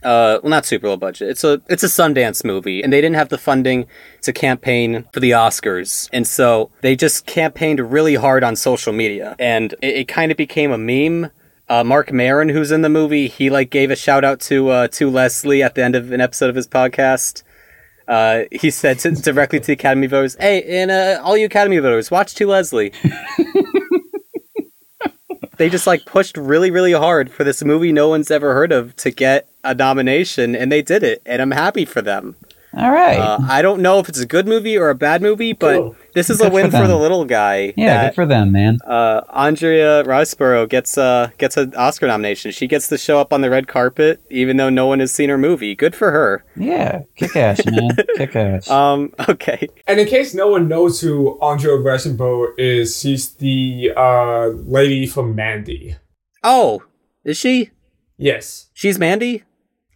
A: Uh, well, not super low budget. It's a it's a Sundance movie, and they didn't have the funding to campaign for the Oscars, and so they just campaigned really hard on social media, and it, it kind of became a meme. Uh, Mark Maron, who's in the movie, he like gave a shout out to uh, to Leslie at the end of an episode of his podcast. Uh, he said to, directly to the Academy voters, "Hey, and uh, all you Academy voters, watch to Leslie." they just like pushed really, really hard for this movie no one's ever heard of to get a nomination, and they did it, and I'm happy for them.
B: All right.
A: Uh, I don't know if it's a good movie or a bad movie, but
C: Cool.
A: this is
B: Good
A: a win
B: for
A: for, the
B: them.
A: little guy.
B: yeah,
A: that,
B: good for them, man.
A: uh, Andrea Riseborough gets uh, gets an Oscar nomination. She gets to show up on the red carpet, even though no one has seen her movie. Good for her.
B: Yeah, kick ass, man. kick ass.
A: Um, okay.
C: And in case no one knows who Andrea Resenbo is, she's the uh, lady from Mandy.
A: Oh, is she?
C: Yes.
A: She's Mandy.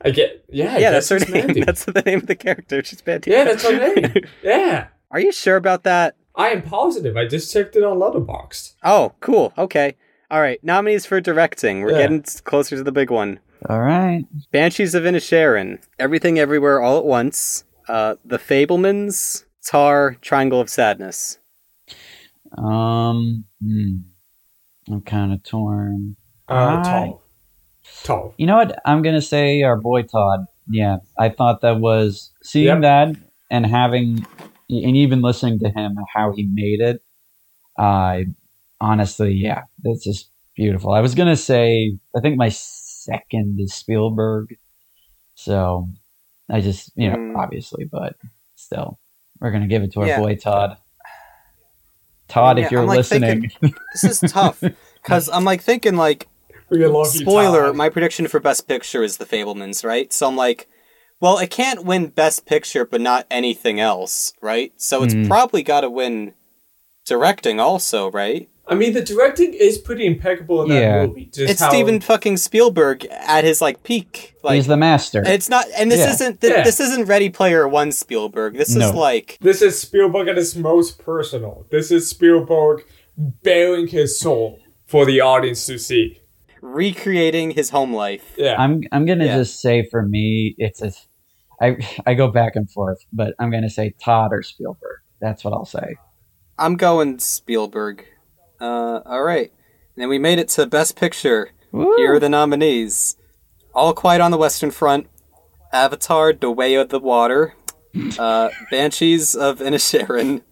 C: I get. Yeah,
A: yeah,
C: I
A: that's
C: guess
A: her
C: she's
A: name.
C: Mandy.
A: That's the name of the character. She's Mandy.
C: yeah, that's her name. yeah.
A: Are you sure about that?
C: I am positive. I just checked it on Letterboxd.
A: Oh, cool. Okay. All right. Nominees for directing. We're
C: Yeah.
A: getting closer to the big one.
B: All right.
A: Banshees of Inisherin. Everything Everywhere All at Once. Uh, the Fablemans. Tar. Triangle of Sadness.
B: Um, hmm. I'm kind of torn.
C: Uh,
B: Hi.
C: tall. Tall.
B: You know what? I'm gonna say our boy Todd. Yeah, I thought that was seeing
C: Yep.
B: that and having and even listening to him how he made it. I honestly, yeah, that's just beautiful. I was gonna say, I think my second is Spielberg, so I just you know
A: Mm.
B: obviously, but still, we're gonna give it to our
A: Yeah.
B: boy Todd. Todd,
A: Yeah,
B: if you're
A: I'm, like,
B: listening,
A: thinking- This is tough because I'm like thinking like
C: We love you,
A: spoiler.
C: Todd.
A: My prediction for Best Picture is The Fablemans, right? So I'm like, well, it can't win Best Picture, but not anything else, right? So it's
C: Hmm.
B: Mhm.
A: probably got to win directing, also, right?
C: I mean, the directing is pretty impeccable in that
B: Yeah.
C: movie. Just
A: it's
C: how-
A: Steven fucking Spielberg at his like peak. Like
B: he's the master.
A: it's not, and this
B: Yeah.
A: isn't th-
C: Yeah.
A: this isn't Ready Player One Spielberg. This
B: No.
A: is like
C: This is Spielberg at his most personal. This is Spielberg bearing his soul for the audience to see.
A: recreating his home life.
C: Yeah.
B: I'm I'm gonna
A: Yeah.
B: just say for me, it's a, I I go back and forth, but I'm gonna say Todd or Spielberg. That's what I'll say.
A: I'm going Spielberg. Uh, all right. And then we made it to Best Picture. Here are the nominees All Quiet on the Western Front, Avatar, The Way of the Water, uh, Banshees of Inisherin,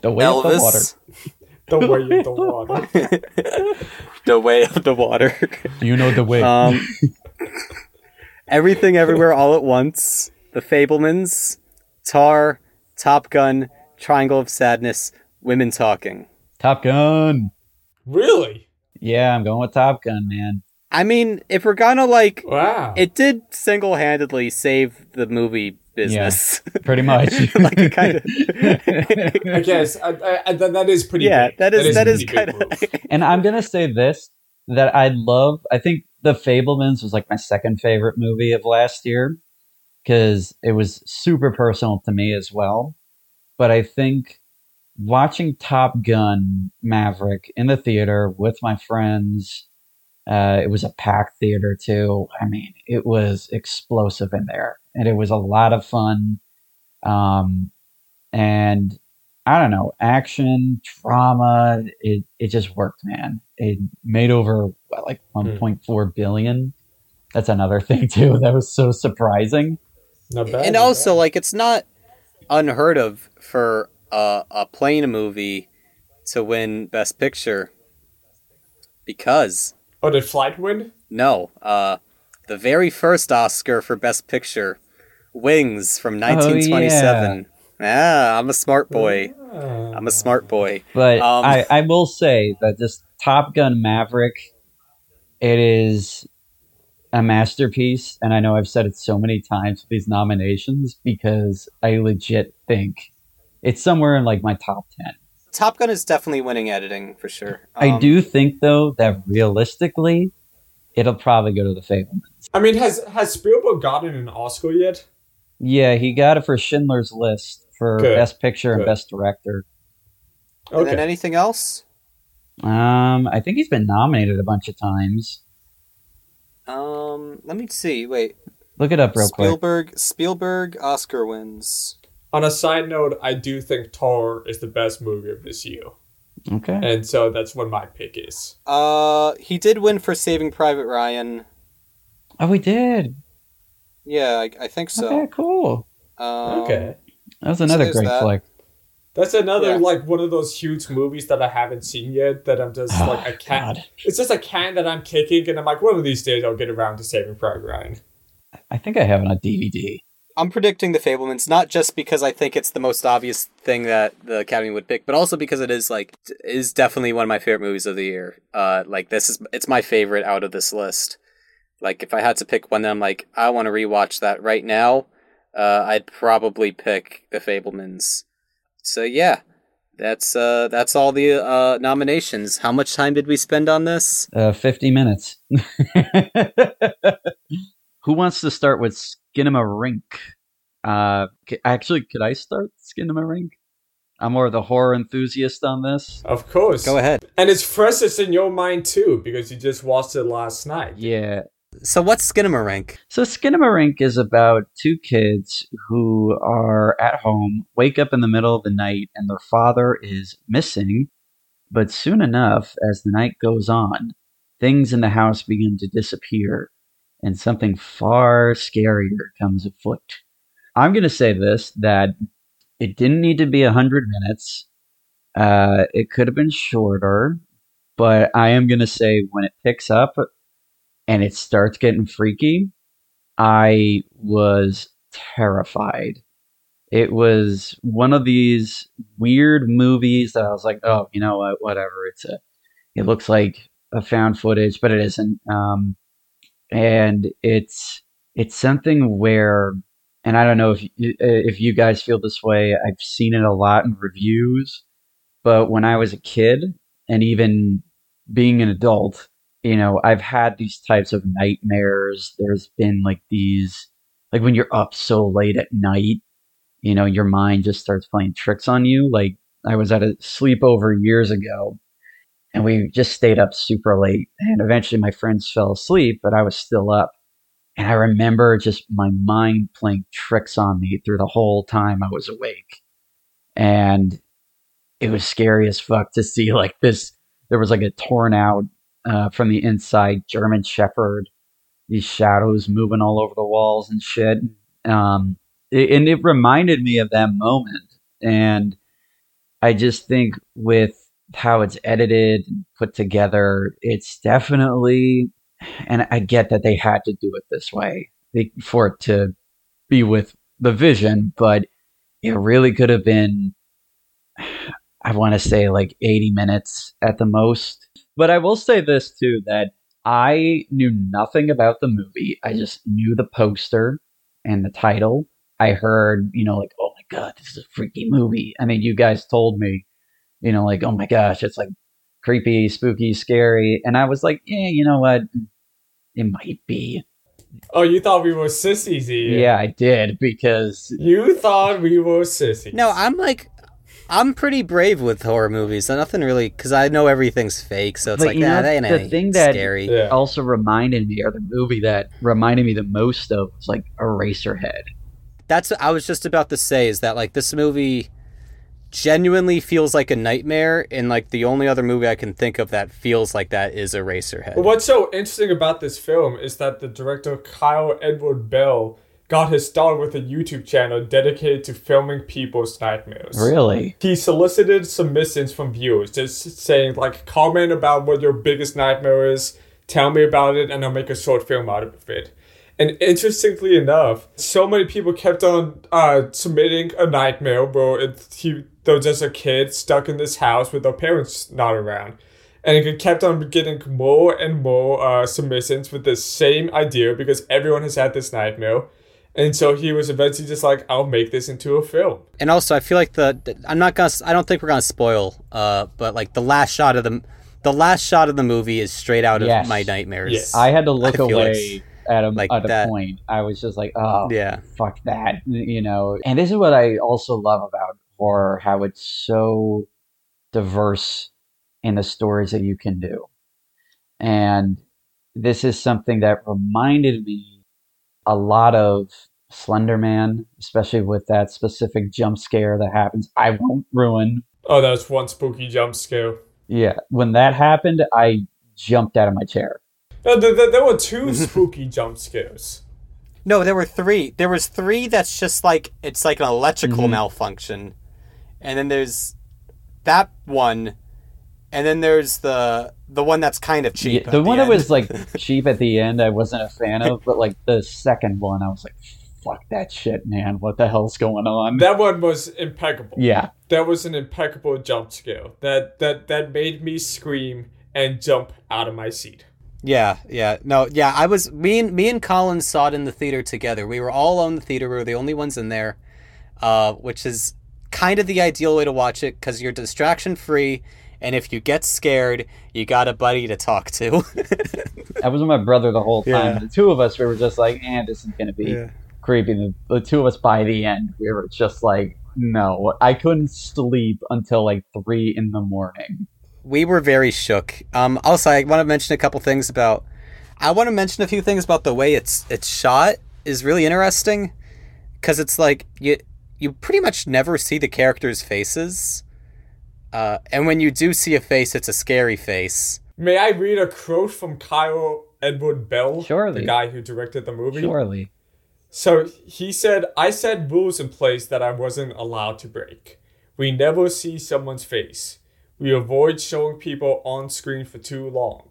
B: the way of the water.
A: Elvis,
C: the way you don't want. it.
A: The Way of the Water.
B: Do you know the way?
A: Um, Everything Everywhere All at Once, The Fablemans, Tar, Top Gun, Triangle of Sadness, Women Talking.
B: Top Gun.
C: Really?
B: Yeah, I'm going with Top Gun, man.
A: I mean, if we're gonna like,
C: Wow.
A: it did single handedly save the movie business.
B: Pretty much.
A: Like, it kinda-
C: I guess I, I, I, that, that is pretty.
A: Yeah,
C: big.
A: that is- that is
C: a pretty big
A: kinda-
C: move.
B: and I'm gonna say this that I love. I think The Fablemans was like my second favorite movie of last year because it was super personal to me as well. But I think watching Top Gun Maverick in the theater with my friends. Uh, it was a packed theater too. I mean, it was explosive in there, and it was a lot of fun. Um, and I don't know, action, drama. It it just worked, man. It made over what, like
C: Hmm.
B: 1.4 billion. That's another thing too. That was so surprising.
C: Not bad.
A: and
C: not
A: also, like, it's not unheard of for a, a plane movie to win Best Picture because
C: bad. oh, did Flight win?
A: No, uh, the very first Oscar for Best Picture, Wings from
B: Oh, yeah.
A: 1927. yeah. I'm a smart boy.
C: Ah.
A: I'm a smart boy.
B: But
A: Um,
B: I, I will say that this Top Gun Maverick, it is a masterpiece. And I know I've said it so many times with these nominations because I legit think it's somewhere in like my top 10.
A: Top Gun is definitely winning editing for sure.
B: I
A: Um,
B: do think, though, that realistically, it'll probably go to the Fableman.
C: I mean, has has Spielberg gotten an Oscar yet?
B: Yeah, he got it for Schindler's List for
C: Good.
B: Best Picture and
C: Good.
B: Best Director.
A: And then
C: Okay.
A: anything else?
B: Um, I think he's been nominated a bunch of times.
A: Um, let me see. Wait,
B: Look it up real quick.
A: Spielberg. Spielberg Oscar wins.
C: On a side note, I do think Tar is the best movie of this year,
B: Okay.
C: and so that's what my pick is.
A: Uh, he did win for Saving Private Ryan.
B: Oh, we did.
A: Yeah, I, I think so.
B: Okay, cool.
A: Um,
C: okay,
B: That was another
A: there's
B: great
A: that.
B: flick.
C: that's another
A: yeah.
C: like one of those huge movies that I haven't seen yet. That I'm just like I can't.
B: Oh, God.
C: It's just a can that I'm kicking, and I'm like, one of these days I'll get around to Saving Private Ryan.
B: I think I have it on DVD.
A: I'm predicting the Fablemans not just because I think it's the most obvious thing that the Academy would pick, but also because it is like t- is definitely one of my favorite movies of the year. Uh, like this is it's my favorite out of this list. Like if I had to pick one that I'm like I want to rewatch that right now, uh, I'd probably pick the Fablemans. So yeah, that's uh that's all the uh nominations. How much time did we spend on this?
B: Uh, 50 minutes. Who wants to start with Skinamarink? Uh, c- actually, could I start Skinamarink? I'm more of the horror enthusiast on this.
C: Of course,
A: Go ahead.
C: and it's fresh. It's in your mind too because you just watched it last night.
B: Yeah,
A: So what's Skinamarink?
B: So Skinamarink is about two kids who are at home, wake up in the middle of the night, and their father is missing. But soon enough, as the night goes on, things in the house begin to disappear, and something far scarier comes afoot. I'm going to say this that it didn't need to be 100 minutes. Uh, it could have been shorter, but I am going to say when it picks up and it starts getting freaky, I was terrified. It was one of these weird movies that I was like, oh, you know what, whatever. It's a, it looks like a found footage, but it isn't. Um, and it's it's something where, and I don't know if you, if you guys feel this way. I've seen it a lot in reviews, but when I was a kid, and even being an adult, you know, I've had these types of nightmares. There's been like these, like when you're up so late at night, you know, your mind just starts playing tricks on you. Like I was at a sleepover years ago and we just stayed up super late. And eventually my friends fell asleep, but I was still up. And I remember just my mind playing tricks on me through the whole time I was awake. And it was scary as fuck to see like this. There was like a torn out uh, from the inside German Shepherd, these shadows moving all over the walls and shit. Um, it, and it reminded me of that moment. And I just think with how it's edited and put together, it's definitely, and I get that they had to do it this way they, for it to be with the vision, but it really could have been, I want to say like 80 minutes at the most. But I will say this too that I knew nothing about the movie. I just knew the poster and the title. I heard, you know, like, oh my God, this is a freaky movie. I mean, you guys told me you know, like, oh my gosh, it's like creepy, spooky, scary. And I was like, yeah, you know what? It might be.
C: Oh, you thought we were sissies here.
B: Yeah, I did because
C: You thought we were sissies.
A: No, I'm like, I'm pretty brave with horror movies. So nothing really, because I know everything's fake. So it's
B: But
A: like,
B: you
A: nah,
B: know,
A: that ain't
B: the
A: anything
B: thing that-
A: scary.
C: Yeah.
B: also reminded me, or the movie that reminded me the most of was like Eraserhead.
A: That's what I was just about to say is that like this movie genuinely feels like a nightmare, and like the only other movie I can think of that feels like that is Eraserhead.
C: What's so interesting about this film is that the director Kyle Edward Bell got his start with a YouTube channel dedicated to filming people's nightmares.
B: Really?
C: He solicited submissions from viewers, just saying like, comment about what your biggest nightmare is, tell me about it, and I'll make a short film out of it. And interestingly enough, so many people kept on uh, submitting a nightmare where it, he, they were just a kid stuck in this house with their parents not around. And it kept on getting more and more uh, submissions with the same idea because everyone has had this nightmare. And so he was eventually just like, I'll make this into a film.
A: and also I feel like the the- I'm not gonna I don't think we're gonna spoil uh but like the last shot of the the last shot of the movie is straight out of
B: Yes.
A: my nightmares.
C: Yes.
B: I had to look
A: I feel
B: away at a,
A: like
B: at a
A: that.
B: point. I was just like, oh,
A: yeah.
B: fuck that you know and this is what i also love about horror how it's so diverse in the stories that you can do and this is something that reminded me a lot of slender man especially with that specific jump scare that happens i won't ruin
C: Oh, that was one spooky jump scare.
B: yeah when that happened i jumped out of my chair
C: No, there, there, there were two spooky jump scares.
A: No, there were three. There was three that's just like it's like an electrical
B: Mhm.
A: malfunction. And then there's that one and then there's the the one that's kind of cheap.
B: Yeah,
A: at
B: the one
A: end.
B: that was like cheap at the end, I wasn't a fan of, but like the second one, I was like, "Fuck that shit, man! What the hell's going on?"
C: That one was impeccable.
B: yeah,
C: That was an impeccable jump scare. That that that made me scream and jump out of my seat.
A: Yeah, yeah. No, yeah, I was me and me and Colin saw it in the theater together. We were all on the theater, we were the only ones in there. Uh, which is kind of the ideal way to watch it cuz you're distraction free and if you get scared, you got a buddy to talk to.
B: I was with my brother the whole time.
A: Yeah.
B: The two of us, we were just like, "Eh, this is gonna be creepy." The, the two of us by the end, we were just like, "No, I couldn't sleep until like three in the morning."
A: we were very shook. Um, also, I want to mention a couple things about. I want to mention a few things about the way it's it's shot is really interesting, because it's like you you pretty much never see the characters' faces, uh, and when you do see a face, it's a scary face.
C: May I read a quote from Kyle Edward Bell,
B: Surely.
C: the guy who directed the movie?
B: Surely,
C: So he said, I set rules in place that I wasn't allowed to break. We never see someone's face. We avoid showing people on screen for too long.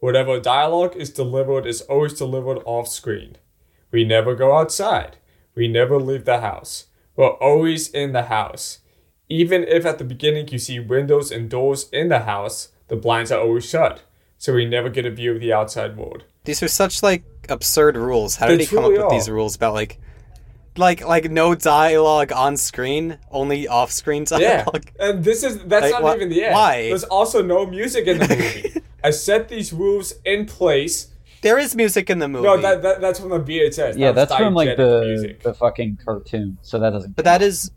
C: Whatever dialogue is delivered is always delivered off screen. We never go outside. We never leave the house. We're always in the house. Even if at the beginning you see windows and doors in the house, the blinds are always shut. So we never get a view of the outside world.
A: These are such like absurd rules. How did
C: They
A: he come up
C: truly
A: with these
C: are.
A: rules about like, like like no dialogue on screen, only off screen
C: Yeah,
A: dialogue?
C: and this is that's
A: Like,
C: not
A: wha-
C: even the end.
A: why?
C: There's also no music in the movie. I set these rules in place.
A: There is music in the movie.
C: No, that, that that's from the VHS.
B: yeah,
C: That was
B: that's from like
C: diegetic
B: the
C: music.
B: the fucking cartoon, so that doesn't.
A: But that is,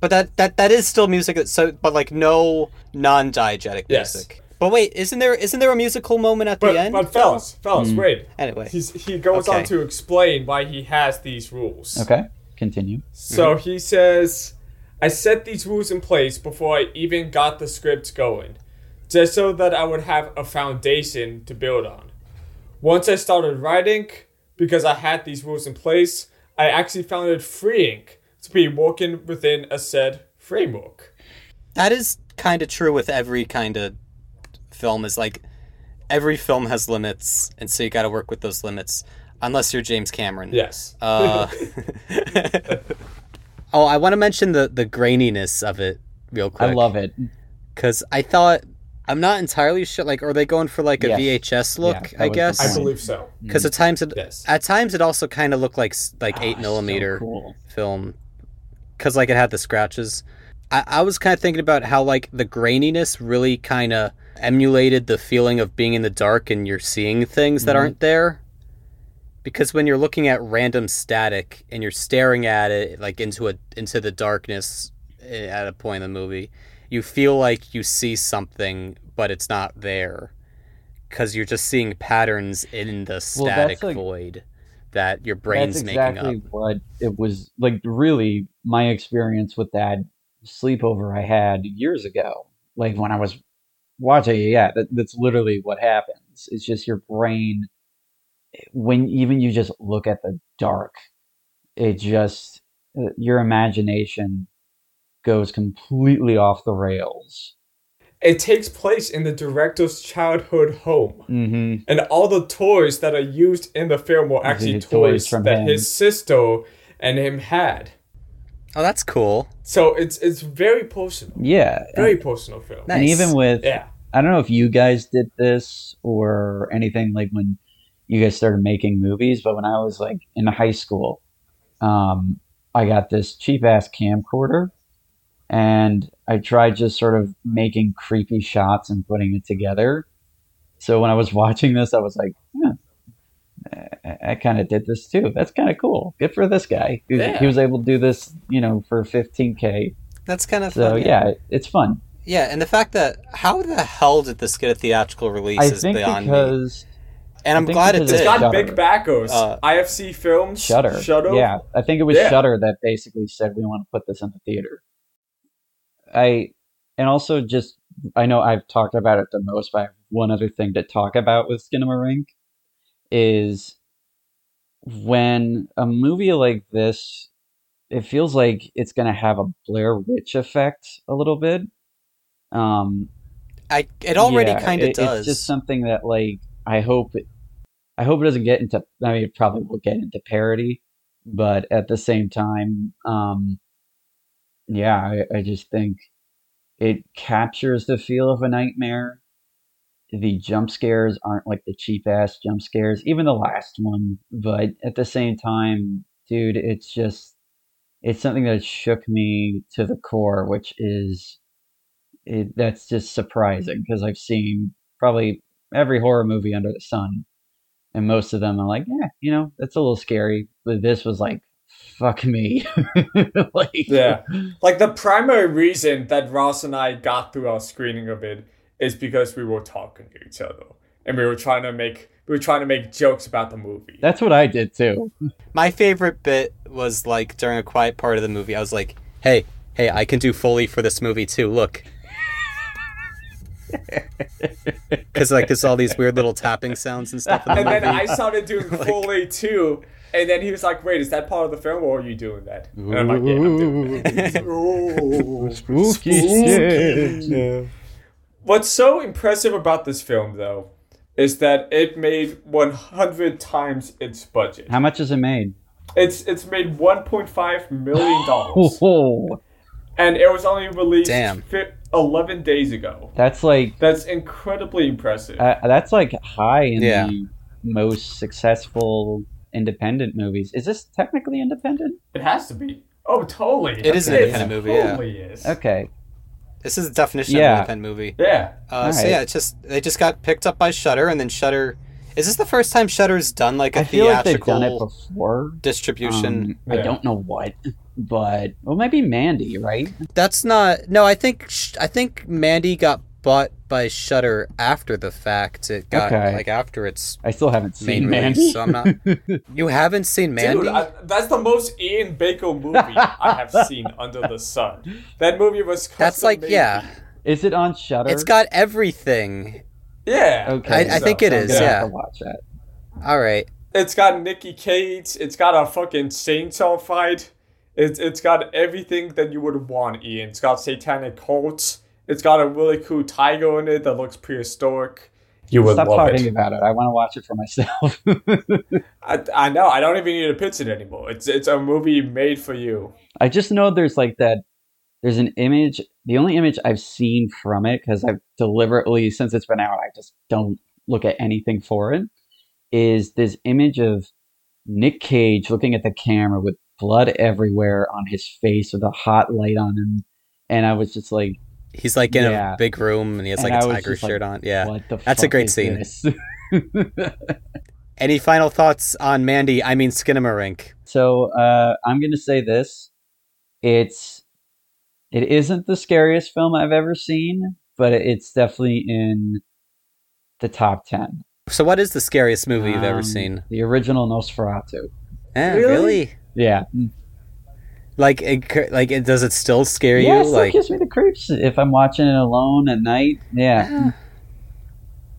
A: but that that that is still music. That, so, but like no non-diegetic
C: Yes.
A: music.
E: But wait, isn't there isn't there a musical moment at
C: But,
E: the end?
C: but fellas,
B: Mm.
C: fellas, wait.
E: Anyway.
C: He's, he goes
E: Okay.
C: on to explain why he has these rules.
B: Okay, continue.
C: So he says, I set these rules in place before I even got the script going, just so that I would have a foundation to build on. Once I started writing, because I had these rules in place, I actually found it freeing to be working within a said framework.
A: That is kind of true with every kind of film. Is like every film has limits, and so you got to work with those limits, unless you're James Cameron.
C: Yes.
A: Uh, oh, I want to mention the the graininess of it real quick.
B: I love it.
A: because I thought I'm not entirely sure. Like, are they going for like a
B: Yes.
A: VHS look? I
B: Yeah, that was the
C: I
A: guess
B: point.
C: believe so.
A: because at times it
C: Yes.
A: at times it also kind of looked like s- like eight
B: Ah, so
A: millimeter
B: cool.
A: film because like it had the scratches. I, I was kind of thinking about how like the graininess really kind of emulated the feeling of being in the dark and you're seeing things that
B: Mhm.
A: aren't there. Because when you're looking at random static and you're staring at it like into a into the darkness eh, at a point in the movie, you feel like you see something but it's not there because you're just seeing patterns in the
B: Well, that's
A: static
B: like-
A: void that your brain's
B: That's
A: making
B: exactly
A: up.
B: what it was like. Really, my experience with that sleepover I had years ago, like when I was watching it, yeah, that, that's literally what happens. It's just your brain when even you just look at the dark, it just your imagination goes completely off the rails.
C: It takes place in the director's childhood home.
B: Mm-hmm.
C: and all the toys that are used in the film were actually
B: These are
C: toys,
B: toys from
C: that
B: him.
C: his sister and him had.
A: Oh, that's cool.
C: So it's it's very personal,
B: Yeah,
C: very personal film.
A: Nice.
B: and even with
C: Yeah,
B: I don't know if you guys did this or anything like when you guys started making movies, but when I was like in high school, um, I got this cheap ass camcorder and I tried just sort of making creepy shots and putting it together. So when I was watching this, I was like, yeah, I, I kind of did this too. That's kind of cool. Good for this guy. He,
C: Yeah.
B: he was able to do this, you know, for 15K.
A: That's kind of
B: So
A: fun.
B: yeah, it- it's fun.
A: Yeah, and the fact that how the hell did this get a theatrical release
B: I
A: is
B: think
A: beyond me.
B: because.
A: And I'm
B: think
A: glad it
B: because
A: did.
C: it's
B: Hey,
C: got
B: Shudder.
C: big backers.
A: Uh,
C: IFC Films,
B: Shutter.
C: Shutter.
B: Yeah, I think it was
C: Yeah.
B: Shutter that basically said we want to put this in the theater. I and also just I know I've talked about it the most, but I have one other thing to talk about with Skinamarink is when a movie like this, it feels like it's going to have a Blair Witch effect a little bit. Um,
A: I, it already
B: yeah,
A: kind of
B: it-
A: does.
B: It's just something that like I hope it, I hope it doesn't get into. I mean, it probably will get into parody, but at the same time, um, yeah, I, I just think it captures the feel of a nightmare. The jump scares aren't like the cheap ass jump scares, even the last one. But at the same time, dude, it's just it's something that shook me to the core, which is it, that's just surprising because I've seen probably every horror movie under the sun, and most of them are like, yeah, you know, that's a little scary, but this was like, fuck me, like,
C: Yeah. Like the primary reason that Ross and I got through our screening of it is because we were talking to each other and we were trying to make we were trying to make jokes about the movie.
B: That's what I did too.
A: My favorite bit was like during a quiet part of the movie, I was like, hey, hey, I can do Foley for this movie too. Look. Because like there's all these weird little tapping sounds and stuff in the
C: and then
A: movie.
C: I started doing Foley too. And then he was like, "Wait, is that part of the film, or are you doing that?" And I'm like, "Yeah, I'm doing that." What's so impressive about this film, though, is that it made 100 times its budget.
B: How much is it made?
C: It's it's made 1.5 million dollars,
B: Oh,
C: and it was only released
A: Damn.
C: fi- 11 days ago.
B: that's like
C: That's incredibly impressive.
B: uh, that's like high in
A: Yeah.
B: the most successful independent movies. Is this technically independent?
C: it has to be. Oh, totally.
A: It is an
C: It
A: independent movie, yeah.
C: Totally is.
B: Okay,
A: This is the definition
B: Yeah.
A: of an independent movie.
C: Yeah.
A: Uh, So
B: Alright.
A: yeah, it's just they just got picked up by Shutter, and then Shutter. Is this the first time Shutter's done like a
B: I feel like they've
A: theatrical
B: done it before.
A: distribution?
B: Um, I
C: Yeah.
B: don't know what, but well, maybe Mandy, right?
A: That's not. No, I think sh- I think Mandy got bought by Shutter after the fact. It got
B: Okay.
A: like after its
B: I still haven't
A: main
B: seen
A: release,
B: Mandy.
A: so I'm not. You haven't seen Mandy?
C: Dude, I, that's the most Ian Baker movie I have seen under the sun. That movie was custom
A: That's like
C: made.
A: yeah,
B: Is it on Shutter?
A: it's got everything.
C: yeah.
B: Okay. I- I
A: think it
B: I'm
A: is,
B: gonna
A: yeah.
B: have to watch that.
A: All right,
C: It's got Nicky Cage. It's got a fucking chainsaw fight. It's it's got everything that you would want, Ian. It's got satanic cults. It's got a really cool tiger in it that looks prehistoric. You would
B: Stop
C: love
B: talking
C: it.
B: about it. I want to watch it for myself.
C: I, I know. I don't even need to pitch it anymore. It's it's a movie made for you.
B: I just know there's like that. There's an image. The only image I've seen from it, because I've deliberately, since it's been out, I just don't look at anything for it, is this image of Nick Cage looking at the camera with blood everywhere on his face with a hot light on him. And I was just like,
A: he's like in
B: Yeah.
A: a big room and he has
B: And
A: like
B: I
A: a
B: was
A: tiger
B: just like,
A: shirt on. Yeah.
B: what the
A: That's a
B: fuck
A: great
B: is
A: scene.
B: this?
A: Any final thoughts on Mandy? I mean Skinamarink.
B: So uh, I'm going to say this: it's it isn't the scariest film I've ever seen, but it's definitely in the top ten.
A: So what is the scariest movie you've ever
B: Um,
A: seen?
B: The original Nosferatu.
A: Eh,
C: really?
A: really?
B: Yeah.
A: Like it, cur- like it, does it still scare
B: yeah, it
A: you?
B: still
A: Like
B: gives me the creeps if I'm watching it alone at night. Yeah.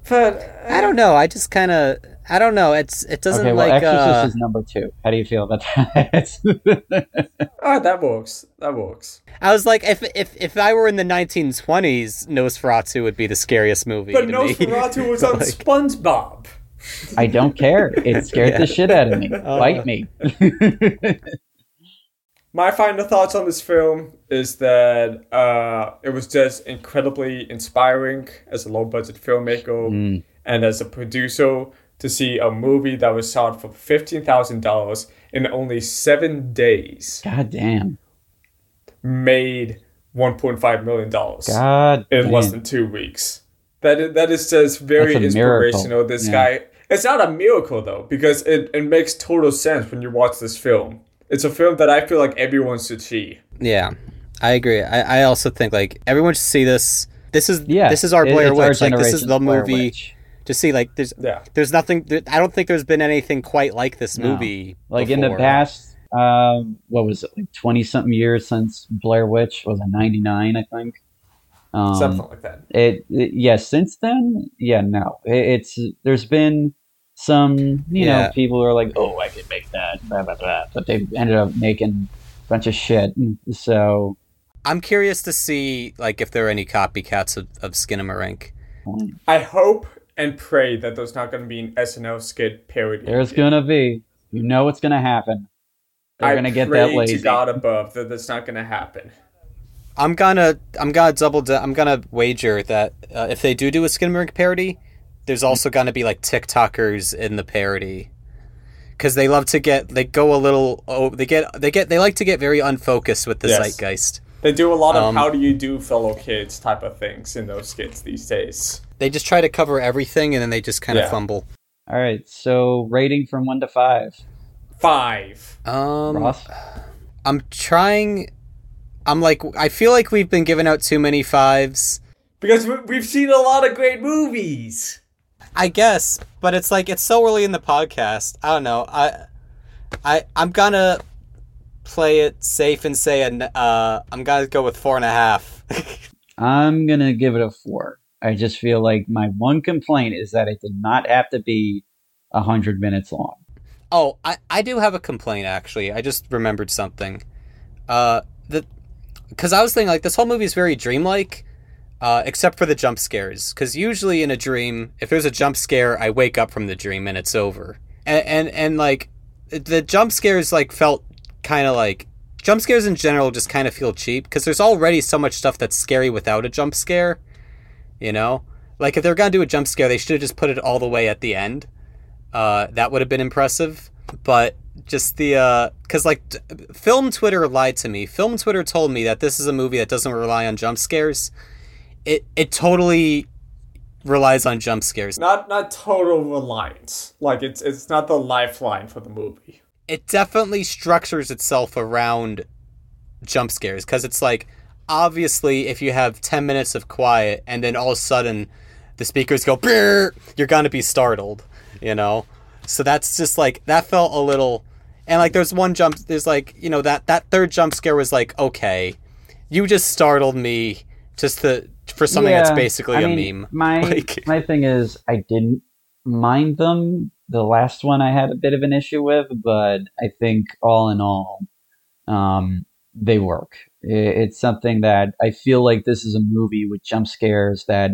C: But
A: I don't know. I just kind of I don't know. It's it doesn't
B: okay. Well,
A: like
B: Exorcist
A: uh,
B: is number two. How do you feel about that?
C: Oh, that works. That works.
A: I was like if if if I were in the 1920s, Nosferatu would be the scariest movie
C: But
A: to
C: Nosferatu
A: me.
C: was on
A: Like,
C: SpongeBob.
B: I don't care. It scared the shit out of me.
A: Oh,
B: Bite me.
C: My final thoughts on this film is that uh, it was just incredibly inspiring as a low budget filmmaker
B: Mm.
C: and as a producer to see a movie that was shot for $15,000 in only seven days
B: God damn.
C: made $1.5 million
B: God.
C: in
B: damn.
C: less than two weeks. That is, that is just very
B: That's a miracle.
C: inspirational. This
B: Yeah.
C: guy. It's not a miracle though, because it, it makes total sense when you watch this film. It's a film that I feel like everyone should see.
A: yeah, I agree. I, I also think like everyone should see this. This is
B: Yeah.
A: this is our
B: it-
A: Blair
B: it's our
A: Witch. Like this is
B: generation's
A: the
B: Blair
A: movie
B: Witch.
A: to see. Like there's
C: Yeah.
A: there's nothing. There, I don't think there's been anything quite like this
B: No.
A: movie.
B: Like in the
A: before.
B: past, um, what was it, like twenty something years since Blair Witch was a ninety nine, I think. Um,
C: Something like that.
B: It, it yeah. Since then, yeah, no. It, it's there's been some you
A: Yeah.
B: know people who are like, oh, I could make that, blah, blah, blah. but they ended up making a bunch of shit. So
A: I'm curious to see like if there are any copycats of, of Skinamarink.
C: I hope and pray that there's not going to be an SNL skit parody.
B: there's gonna be, you know, what's gonna happen. They're
C: I
B: gonna get
C: pray
B: that lazy.
C: to God above that that's not going to happen.
A: I'm gonna I'm gonna double da- I'm gonna wager that uh, if they do do a Skinamarink parody,
C: Mm-hmm.
A: there's also gonna be like TikTokers in the parody because they love to get they go a little oh they get they get they like to get very unfocused with the
C: Yes.
A: zeitgeist.
C: They do a lot of
A: Um,
C: "How do you do, fellow kids" type of things in those skits these days.
A: They just try to cover everything and then they just kind of
C: Yeah.
A: fumble.
B: All right, so rating from one to five.
C: Five.
A: Um,
B: Ross,
A: I'm trying. I'm like I feel like we've been giving out too many fives.
C: Because we- we've seen a lot of great movies.
A: I guess, but it's like it's so early in the podcast. I don't know. I, I, I'm gonna play it safe and say, an, uh, I'm gonna go with four and a half.
B: I'm gonna give it a four. I just feel like my one complaint is that it did not have to be a hundred minutes long.
A: oh, I, I do have a complaint actually. I just remembered something. Uh, the, because I was thinking like this whole movie is very dreamlike, uh, except for the jump scares. Because usually in a dream, if there's a jump scare, I wake up from the dream and it's over. And and, and like the jump scares like felt kind of like jump scares in general just kind of feel cheap because there's already so much stuff that's scary without a jump scare. You know, like if they're gonna do a jump scare, they should have just put it all the way at the end. Uh, that would have been impressive, but just the because like t- film Twitter lied to me. Film Twitter told me that this is a movie that doesn't rely on jump scares. It it totally relies on jump scares.
C: Not not total reliance. Like it's it's not the lifeline for the movie.
A: it definitely structures itself around jump scares because it's like obviously, if you have 10 minutes of quiet and then all of a sudden the speakers go, "Brrr," you're going to be startled, you know? So that's just like, that felt a little. And like, there's one jump, there's like, you know, that, that third jump scare was like, okay, you just startled me just to, for something that's
B: Yeah,
A: basically
B: I
A: a
B: mean,
A: meme.
B: My
A: Like-
B: my thing is, I didn't mind them. The last one I had a bit of an issue with, but I think all in all, um, they work. I- It's something that I feel like this is a movie with jump scares that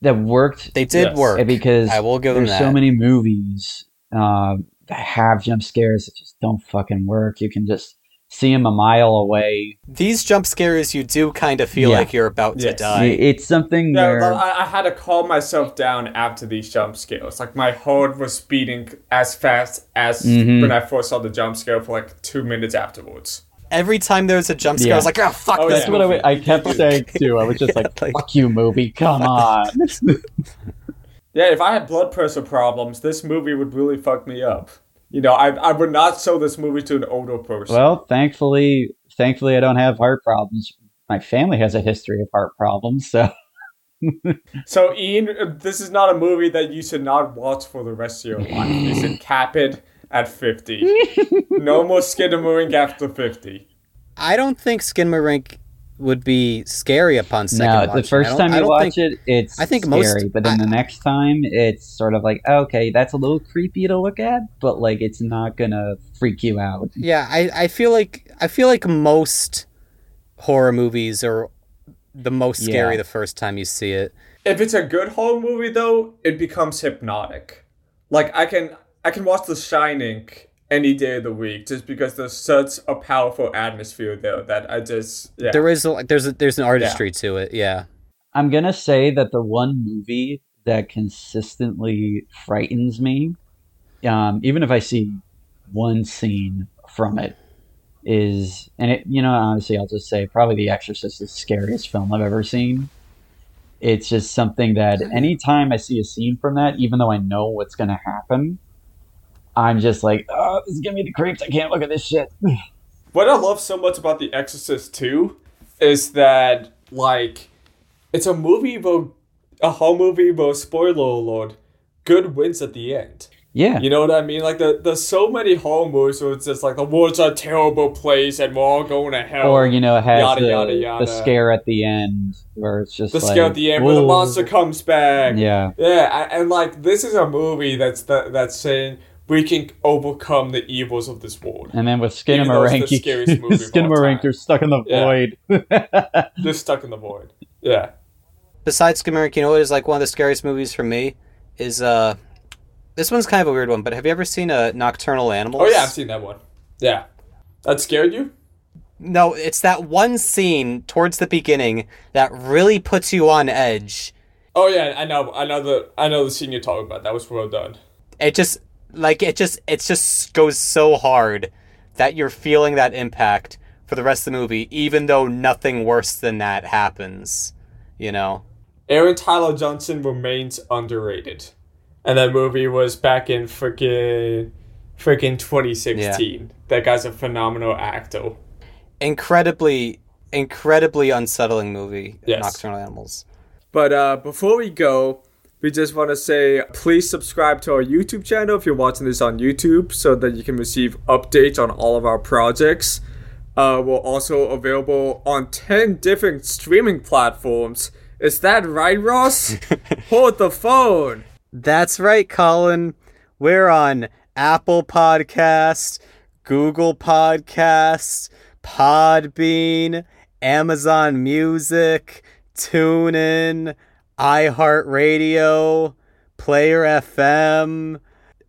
B: that worked
A: They did
C: Yes.
A: work.
B: because
A: I will give them
B: there's
A: that.
B: so many movies um, that have jump scares that just don't fucking work. You can just see them a mile away.
A: These jump scares, you do kind of feel
B: Yeah.
A: like you're about
C: Yes.
A: to die.
B: It's something
C: Yeah,
B: where
C: but I, I had to calm myself down after these jump scares. Like my heart was beating as fast as
B: Mhm.
C: when I first saw the jump scare for like two minutes afterwards.
A: Every time there's a jump scare, I
B: Yeah.
A: was like, oh, fuck
C: Oh,
A: this
B: That's
C: yeah.
B: what
A: movie."
B: I, I kept saying too. I was just
A: Yeah,
B: like,
A: like-
B: "Fuck you, movie! Come on!"
C: Yeah, if I had blood pressure problems, this movie would really fuck me up. You know, I I would not show this movie to an older person.
B: well, thankfully, thankfully, I don't have heart problems. My family has a history of heart problems, so
C: So, Ian, uh, this is not a movie that you should not watch for the rest of your life. You should cap it at 50. no more Skidamooing after 50.
A: I don't think Skinamarink would be scary upon second
B: no.
A: watch.
B: The first time you watch it, it's
A: I think
B: scary,
A: most-
B: but then the next time, it's sort of like, okay, that's a little creepy to look at, but like, it's not gonna freak you out.
A: Yeah, I, I feel like I feel like most horror movies are the most
B: Yeah.
A: scary the first time you see it.
C: If it's a good horror movie, though, it becomes hypnotic. Like, I can I can watch The Shining any day of the week just because there's such a powerful atmosphere there that I just, yeah.
A: There is like there's a, there's an artistry to it. Yeah.
B: I'm gonna say that the one movie that consistently frightens me, um, even if I see one scene from it, is and it you know honestly I'll just say probably The Exorcist is the scariest film I've ever seen. It's just something that anytime I see a scene from that, even though I know what's gonna happen, I'm just like, oh, this is giving me the creeps. I can't look at this shit.
C: What I love so much about The Exorcist 2 is that, like, it's a movie about a horror movie about spoiler alert, good wins at the end.
B: Yeah,
C: You know what I mean? Like, the, there's so many horror movies where it's just like, the world's a terrible place and we're all going to hell.
B: or you know, it has
C: Yada,
B: the,
C: yada,
B: the
C: yada.
B: scare at the end where it's just
C: the
B: like,
C: scare at the end where the
B: "Whoa."
C: monster comes back.
B: Yeah,
C: Yeah, a- and like this is a movie that's that, that's saying we can overcome the evils of this world.
B: and then with
C: Even though it's
B: Skinamarinky,
C: the scariest movie of all time.
B: Skinamarinky stuck in the
C: Yeah.
B: void.
C: Just stuck in the void. Yeah.
A: Besides Skinamarink, you know what is like one of the scariest movies for me is uh this one's kind of a weird one, but have you ever seen a Nocturnal Animals?
C: Oh yeah, I've seen that one. Yeah. That scared you?
A: No, it's that one scene towards the beginning that really puts you on edge.
C: Oh yeah, I know, I know the, I know the scene you're talking about. That was well done.
A: It just like it just it just goes so hard that you're feeling that impact for the rest of the movie, even though nothing worse than that happens. You know?
C: Aaron Tyler Johnson remains underrated, and that movie was back in freaking, freaking 2016. That guy's a phenomenal actor.
A: Incredibly incredibly unsettling movie,
C: Yes.
A: Nocturnal Animals.
C: But uh, before we go, we just want to say please subscribe to our YouTube channel if you're watching this on YouTube so that you can receive updates on all of our projects. Uh, we're also available on 10 different streaming platforms. Is that right, Ross? Hold the phone.
A: That's right, Colin. We're on Apple Podcast, Google Podcasts, Podbean, Amazon Music, TuneIn, iHeartRadio, Player FM,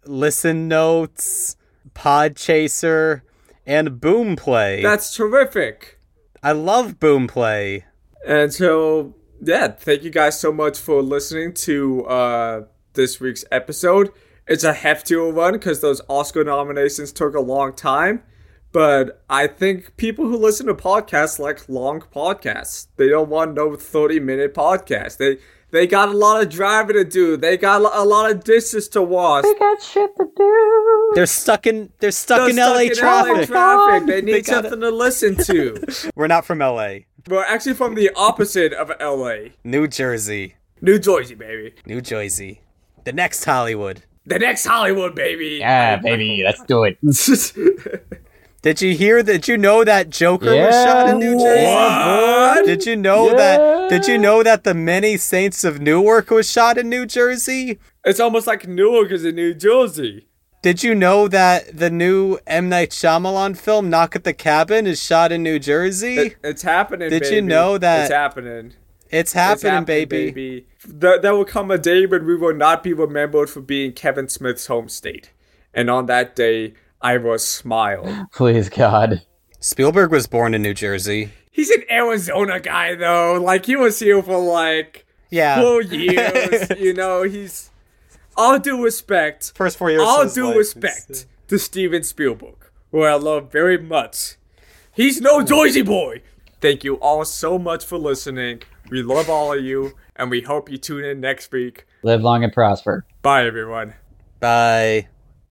A: Listen Notes, Podchaser, and Boomplay.
C: That's terrific.
A: I love Boomplay.
C: And so, yeah, thank you guys so much for listening to uh, this week's episode. It's a hefty one because those Oscar nominations took a long time. But I think people who listen to podcasts like long podcasts. They don't want no 30 minute podcast. They they got a lot of driving to do. They got a lot of dishes to wash.
A: They're stuck in they're stuck
C: They're
A: in
C: stuck
A: LA traffic.
C: traffic. They need
A: gotta-
C: something to listen to.
A: We're not from LA.
C: We're actually from the opposite of LA.
A: New Jersey.
C: New Jersey, baby.
A: New Jersey. The next Hollywood.
C: The next Hollywood, baby.
B: Yeah, baby, let's do it.
A: Did you hear? Did you know that Joker was
B: Yeah.
A: shot in New Jersey?
C: What?
A: Did you know that? Did you know that the many saints of Newark was shot in New Jersey?
C: it's almost like Newark is in New Jersey.
A: Did you know that the new M Night Shyamalan film Knock at the Cabin is shot in New Jersey?
C: It- it's happening.
A: Did you
C: baby.
A: know that-
C: it's happening?
A: it's
C: It's
A: happening,
C: happening,
A: baby.
C: baby. There, there will come a day when we will not be remembered for being Kevin Smith's home state, and on that day, I will smile.
B: Please, God.
A: Spielberg was born in New Jersey.
C: He's an Arizona guy, though. Like he was here for like
A: Yeah.
C: four years. you know, he's all due respect.
A: First four years.
C: all
A: of his
C: due
A: life.
C: respect to Steven Spielberg, who I love very much. He's no Jersey boy. Thank you all so much for listening. We love all of you, and we hope you tune in next week.
B: Live long and prosper.
C: Bye, everyone.
A: Bye.